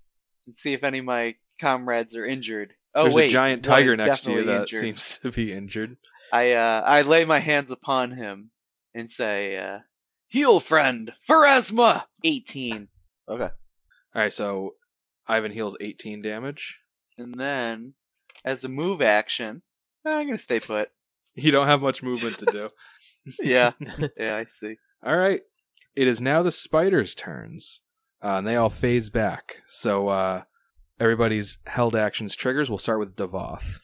[SPEAKER 4] and see if any of my comrades are injured. Oh
[SPEAKER 3] There's
[SPEAKER 4] wait,
[SPEAKER 3] a giant
[SPEAKER 4] one
[SPEAKER 3] tiger
[SPEAKER 4] is
[SPEAKER 3] next to you
[SPEAKER 4] definitely
[SPEAKER 3] that
[SPEAKER 4] injured.
[SPEAKER 3] seems to be injured.
[SPEAKER 4] I uh, I lay my hands upon him and say, uh, "Heal, friend, Pharasma, 18."
[SPEAKER 3] All right, so Ivan heals 18 damage.
[SPEAKER 4] And then, as a move action, "Ah, I'm gonna stay put.
[SPEAKER 3] You don't have much movement to do.
[SPEAKER 4] Yeah, yeah, I see.
[SPEAKER 3] All right. It is now the spider's turns, uh, and they all phase back. So uh, everybody's held actions triggers. We'll start with Devoth.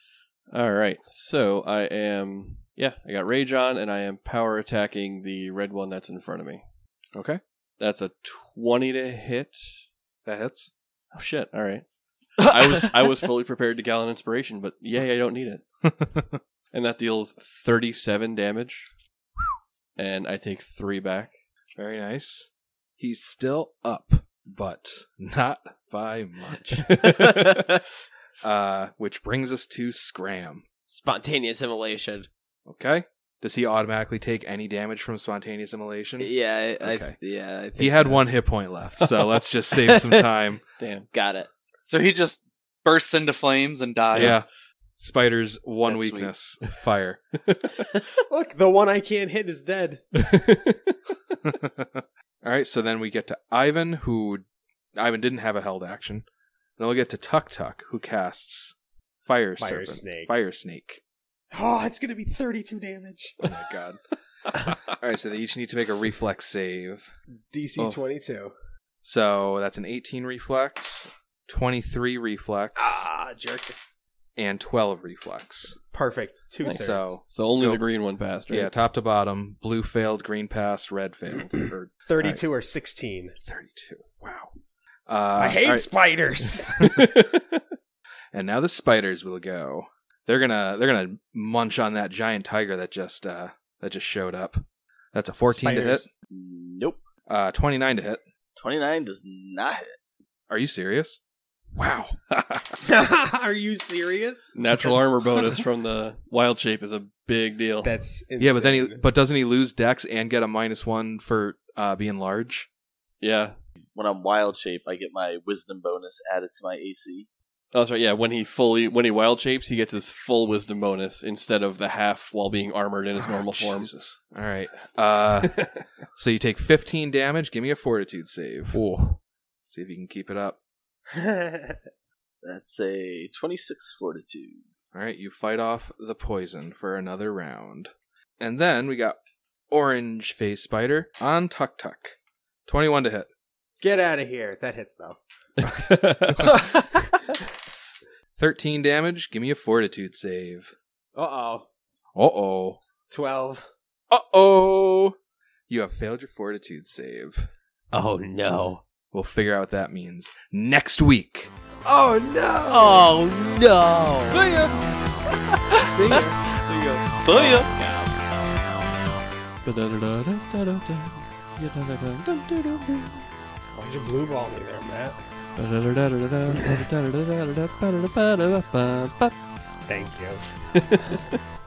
[SPEAKER 1] all right, so I am. Yeah, I got rage on, and I am power attacking the red one that's in front of me.
[SPEAKER 3] Okay.
[SPEAKER 1] That's a twenty to hit.
[SPEAKER 3] That hits.
[SPEAKER 1] Oh shit! All right, I was I was fully prepared to gallon inspiration, but yay, I don't need it. and that deals 37 damage and i take three back
[SPEAKER 3] Very nice. He's still up, but not by much. uh, which brings us to Scram.
[SPEAKER 7] Spontaneous immolation.
[SPEAKER 3] Okay. Does he automatically take any damage from spontaneous immolation?
[SPEAKER 7] Yeah, I,
[SPEAKER 3] Okay.
[SPEAKER 7] I, yeah. I think
[SPEAKER 3] He had
[SPEAKER 7] that-
[SPEAKER 3] one hit point left, so let's just save some time.
[SPEAKER 1] damn
[SPEAKER 7] Got it.
[SPEAKER 4] so he just bursts into flames and dies.
[SPEAKER 3] Yeah. Spider's one
[SPEAKER 4] That's sweet.
[SPEAKER 3] weakness fire.
[SPEAKER 2] Look, the one I can't hit is dead.
[SPEAKER 3] All right, so then we get to Ivan, who Ivan didn't have a held action. Then we'll get to Tuck Tuck, who casts Fire,
[SPEAKER 2] Fire
[SPEAKER 3] Serpent.
[SPEAKER 2] Snake.
[SPEAKER 3] Fire Snake.
[SPEAKER 2] Oh, it's gonna be thirty-two damage.
[SPEAKER 3] Oh my god. All right, so they each need to make a reflex save.
[SPEAKER 2] DC
[SPEAKER 1] Oh.
[SPEAKER 2] twenty-two.
[SPEAKER 3] So that's an 18 reflex, 23 reflex,
[SPEAKER 2] Ah, jerk.
[SPEAKER 3] and 12 reflex.
[SPEAKER 2] Perfect. Two thirds.
[SPEAKER 3] So
[SPEAKER 1] so only
[SPEAKER 3] Go.
[SPEAKER 1] the green one passed right
[SPEAKER 3] yeah, top to bottom, blue failed, green passed, red failed, or
[SPEAKER 2] thirty-two or sixteen.
[SPEAKER 3] 32. Wow. Uh,
[SPEAKER 2] I hate
[SPEAKER 3] all right.
[SPEAKER 2] spiders.
[SPEAKER 3] and now the spiders will go. They're gonna they're gonna munch on that giant tiger that just uh that just showed up. That's a 14 to hit,
[SPEAKER 2] Spiders.
[SPEAKER 6] Nope.
[SPEAKER 3] uh 29 to hit.
[SPEAKER 6] Twenty nine does not hit.
[SPEAKER 3] Are you serious? Wow.
[SPEAKER 2] Are you serious?
[SPEAKER 1] natural armor bonus from the wild shape is a big deal
[SPEAKER 2] That's insane.
[SPEAKER 3] yeah, but then he but doesn't he lose dex and get a minus 1 for uh, being large.
[SPEAKER 1] Yeah.
[SPEAKER 6] When I'm wild shape, I get my wisdom bonus added to my AC.
[SPEAKER 1] Oh, that's right. Yeah, when he fully when he wild shapes, he gets his full wisdom bonus instead of the half while being armored in his normal form.
[SPEAKER 3] Jesus. All right. Uh, so you take 15 damage. Give me a fortitude save. See if you can keep it up.
[SPEAKER 6] That's a 26 fortitude.
[SPEAKER 3] All right, you fight off the poison for another round. And then we got Orange Face Spider on Tuk Tuk. 21 to hit.
[SPEAKER 2] Get out of here. That hits though.
[SPEAKER 3] 13 damage. Give me a fortitude save.
[SPEAKER 2] Uh oh.
[SPEAKER 3] Uh oh.
[SPEAKER 2] Twelve.
[SPEAKER 3] Uh oh. You have failed your fortitude save.
[SPEAKER 7] Oh no.
[SPEAKER 3] We'll figure out what that means next week.
[SPEAKER 2] Oh no.
[SPEAKER 7] Oh no.
[SPEAKER 2] See ya. Why'd you blue ball me there, Matt? Thank you.